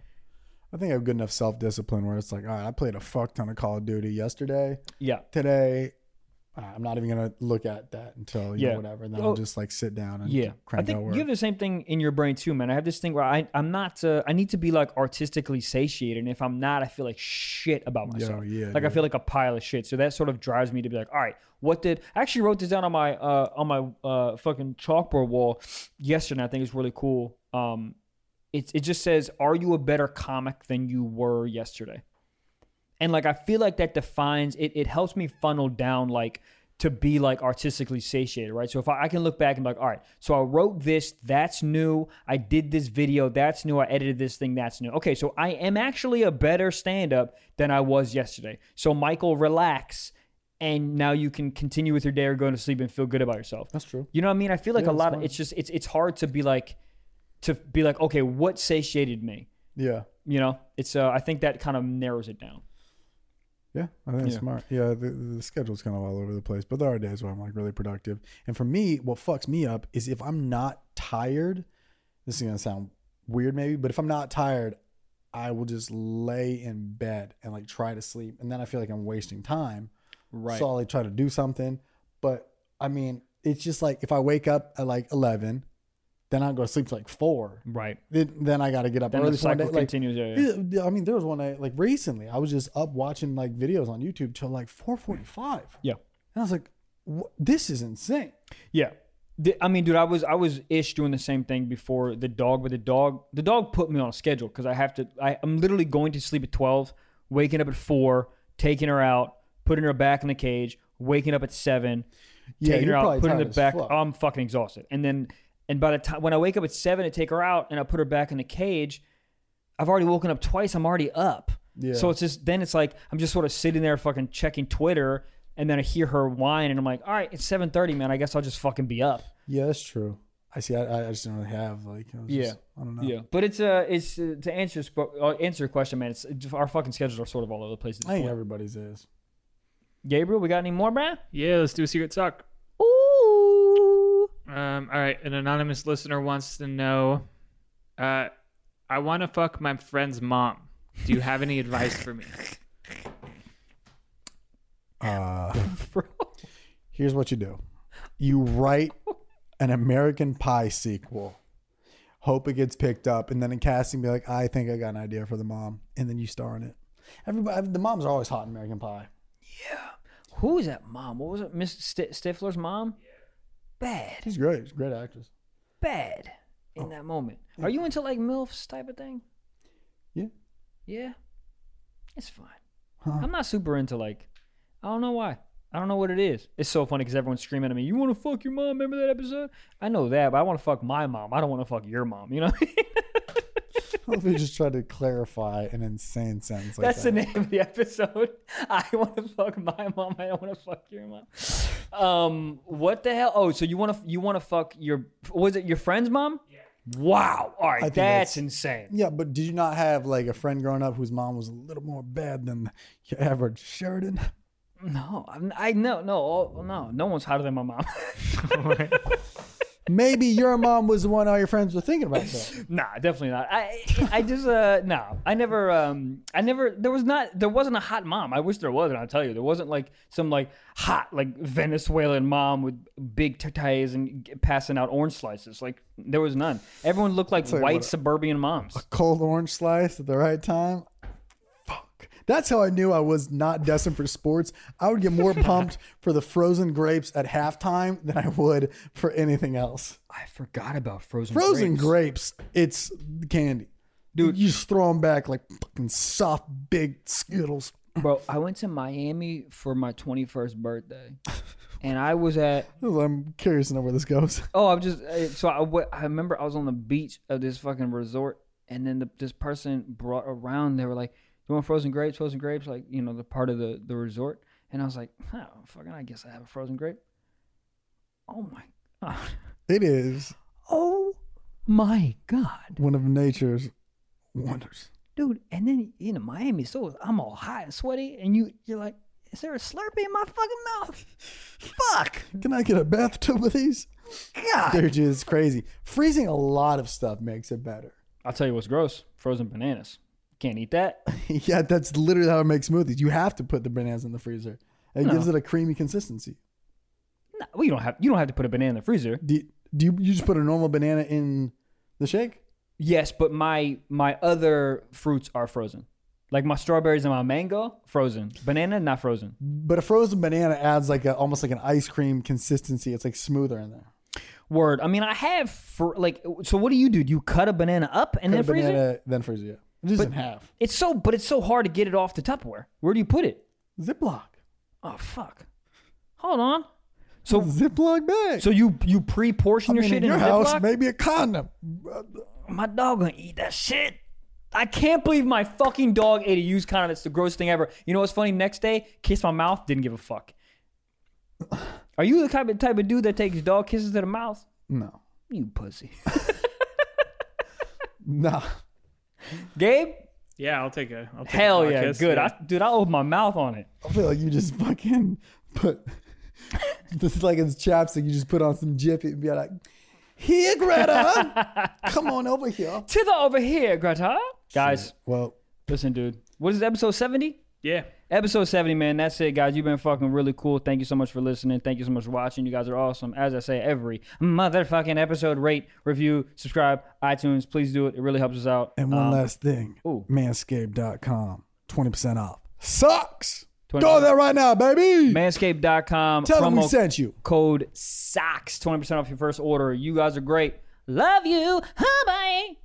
B: I think I have good enough self discipline where it's like, all right, I played a fuck ton of Call of Duty yesterday.
A: Yeah.
B: today. uh, I'm not even gonna look at that until you
A: Yeah.
B: know, whatever. And then
A: Oh.
B: I'll just like sit down and
A: Yeah, I
B: crank out
A: think
B: work.
A: you have the same thing in your brain too, man. I have this thing where I I'm not uh, I need to be like artistically satiated, and if I'm not, I feel like shit about myself.
B: yeah,
A: like I
B: dude.
A: feel like a pile of shit. So that sort of drives me to be like, all right, what did I actually wrote this down on my uh on my uh fucking chalkboard wall yesterday? and I think it's really cool. Um, it it just says, are you a better comic than you were yesterday? and like i feel like that defines it it helps me funnel down like to be like artistically satiated right so if i, I can look back and be like all right so i wrote this that's new i did this video that's new i edited this thing that's new okay so i am actually a better stand-up than i was yesterday so michael relax and now you can continue with your day or going to sleep and feel good about yourself
B: that's true.
A: you know what I mean? I feel like
B: Yeah,
A: a
B: it's
A: lot of
B: fine.
A: it's just it's it's hard to be like to be like okay, what satiated me?
B: Yeah,
A: You know, it's uh, I think that kind of narrows it down.
B: yeah. I think it's
A: Yeah.
B: smart. Yeah, the, the schedule's kind of all over the place, but there are days where I'm like really productive. And for me, what fucks me up is if I'm not tired. This is gonna sound weird, maybe, but if I'm not tired, I will just lay in bed and like try to sleep, and then I feel like I'm wasting time.
A: Right.
B: So I'll like try to do something. But I mean, it's just like if I wake up at like eleven, then I go to sleep till like four.
A: Right.
B: Then, then I got to get up
A: Then
B: early.
A: the
B: for one
A: cycle
B: day. Like,
A: continues. yeah, yeah.
B: yeah, I mean, there was one night like recently, I was just up watching like videos on YouTube till like four forty-five.
A: Yeah.
B: and I was like, "Wha- "This is insane."
A: Yeah. The- I mean, dude, I was I was ish doing the same thing before the dog, but the dog the dog put me on a schedule because I have to. I, I'm literally going to sleep at twelve, waking up at four, taking her out, putting her back in the cage, waking up at seven,
B: Yeah,
A: taking
B: you're
A: her out,
B: probably
A: putting her
B: tired as
A: back.
B: fuck.
A: I'm fucking exhausted, and then and by the time when I wake up at seven to take her out and I put her back in the cage, I've already woken up twice. I'm already up.
B: Yeah.
A: So it's just then it's like I'm just sort of sitting there fucking checking Twitter, and then I hear her whine, and I'm like, all right, it's seven thirty, man. I guess I'll just fucking be up.
B: Yeah, that's true. I see. I, I just didn't really have like. I was
A: Yeah.
B: just- I don't know.
A: Yeah, but it's uh, it's uh, to answer sp- uh, answer your question, man. It's our fucking schedules are sort of all over the place. At
B: I
A: this
B: think
A: point.
B: everybody's is.
A: Gabriel, we got any more, man?
C: yeah. Let's do a secret sock.
D: Ooh.
C: Um, all right. An anonymous listener wants to know, uh, I want to fuck my friend's mom. Do you have any advice for me?
B: Uh,
A: Bro,
B: here's what you do you write an american pie sequel hope it gets picked up and then in casting be like i think i got an idea for the mom and then you star in it everybody the moms are always hot in american pie
A: who is that mom? What was it, Miss Sti Stifler's mom? Bad,
B: she's great she's a great actress
A: bad
B: Oh.
A: in that moment. Are you into like milfs type of thing?
B: Yeah.
A: yeah, it's fine.
B: Huh.
A: I'm not super into like, I don't know why. I don't know what it is. It's so funny because everyone's screaming at me. You want to fuck your mom? Remember that episode? I know that, but I want to fuck my mom. I don't want to fuck your mom. You know.
B: if we just tried to clarify an insane sentence like
A: That's
B: that.
A: the name of the episode. I want to fuck my mom. I don't want to fuck your mom. Um, what the hell? Oh, so you want to you want to fuck your was it your friend's mom? Yeah. Wow. All right,
B: think
A: that's,
B: that's-
A: insane.
B: yeah, but did you not have like a friend growing up whose mom was a little more bad than your average Sheridan?
A: No, I'm, I no no all, no no one's hotter than my mom.
B: Maybe your mom was the one all your friends were thinking about. Though.
A: nah, definitely not. I I just uh no. I never um I never there was not there wasn't a hot mom. I wish there was, and I'll tell you, there wasn't like some like hot like Venezuelan mom with big titties and g- passing out orange slices. Like there was none. Everyone looked like
B: you
A: white
B: what-
A: suburban moms.
B: Cold orange slice at the right time. Fuck. That's how I knew I was not destined for sports. I would get more pumped for the frozen grapes at halftime than I would for anything else.
A: I forgot about frozen
B: Frozen
A: grapes.
B: grapes, it's candy. Dude, you just throw them back like fucking soft, big Skittles.
A: Bro, I went to Miami for my 21st birthday. And I was at
B: I'm curious to know where this goes.
A: Oh, I'm just uh, so I, wa- I remember I was on the beach of this fucking resort, and then the, this person brought around. They were like, "You want frozen grapes? Frozen grapes? Like you know the part of the the resort?" And I was like, "Oh, fucking, I guess I have a frozen grape." Oh my god!
B: It is
A: Oh my god,
B: one of nature's wonders.
A: dude! And then you know Miami, so I'm all hot and sweaty, and you you're like, "Is there a Slurpee in my fucking mouth?" Fuck,
B: Can I get a bathtub of these?
A: god!
B: They're just crazy. Freezing a lot of stuff makes it better.
A: I'll tell you what's gross: frozen bananas. Can't eat that.
B: yeah, that's literally how I make smoothies. You have to put the bananas in the freezer. It gives it a creamy consistency.
A: No, well, you don't have you don't have to put a banana in the freezer.
B: Do, do you, you just put a normal banana in the shake?
A: Yes, but my my other fruits are frozen. Like my strawberries and my mango, frozen. Banana, not frozen.
B: But a frozen banana adds like a, almost like an ice cream consistency. It's like smoother in there.
A: Word. I mean, I have fr- like. So what do you do? Do you cut a banana up and then
B: Put a
A: freeze it?
B: banana, then freeze it. yeah. Just in half.
A: It's so, but it's so hard to get it off the Tupperware. Where do you put it?
B: Ziploc.
A: Oh fuck. Hold on. So
B: Ziploc bag.
A: so you you pre portion your
B: And
A: shit
B: in your
A: a
B: house,
A: Ziploc?
B: maybe a condom.
A: My dog gonna eat that shit. I can't believe my fucking dog ate a used condom. That's the grossest thing ever. You know what's funny? Next day, kissed my mouth, didn't give a fuck. Are you the type of type of dude that takes dog kisses to the mouth?
B: No.
A: You pussy.
B: Nah.
A: Gabe?
C: Yeah, I'll take a. I'll take a
A: Hell
C: hot
A: yeah,
C: kiss,
A: good.
C: yeah.
A: I, dude, I opened my mouth on it.
B: I feel like you just fucking put this is like it's chapstick. You just put on some jiffy and be like, here, Greta, come on over here.
A: To the over here, Greta. Guys,
B: Well,
A: listen, dude. What is it, episode 70?
C: yeah.
A: Episode 70, man. That's it, guys. You've been fucking really cool. Thank you so much for listening. Thank you so much for watching. You guys are awesome. As I say, every motherfucking episode, rate, review, subscribe, iTunes. Please do it. It really helps us out. Um,
B: and one last thing
A: ooh.
B: manscaped.com, 20% off. Sucks.
A: 20%
B: Go there right now, baby.
A: Manscaped.com.
B: Tell them we
A: promo
B: sent you.
A: code SOCKS. 20% off your first order. You guys are great. Love you. Bye.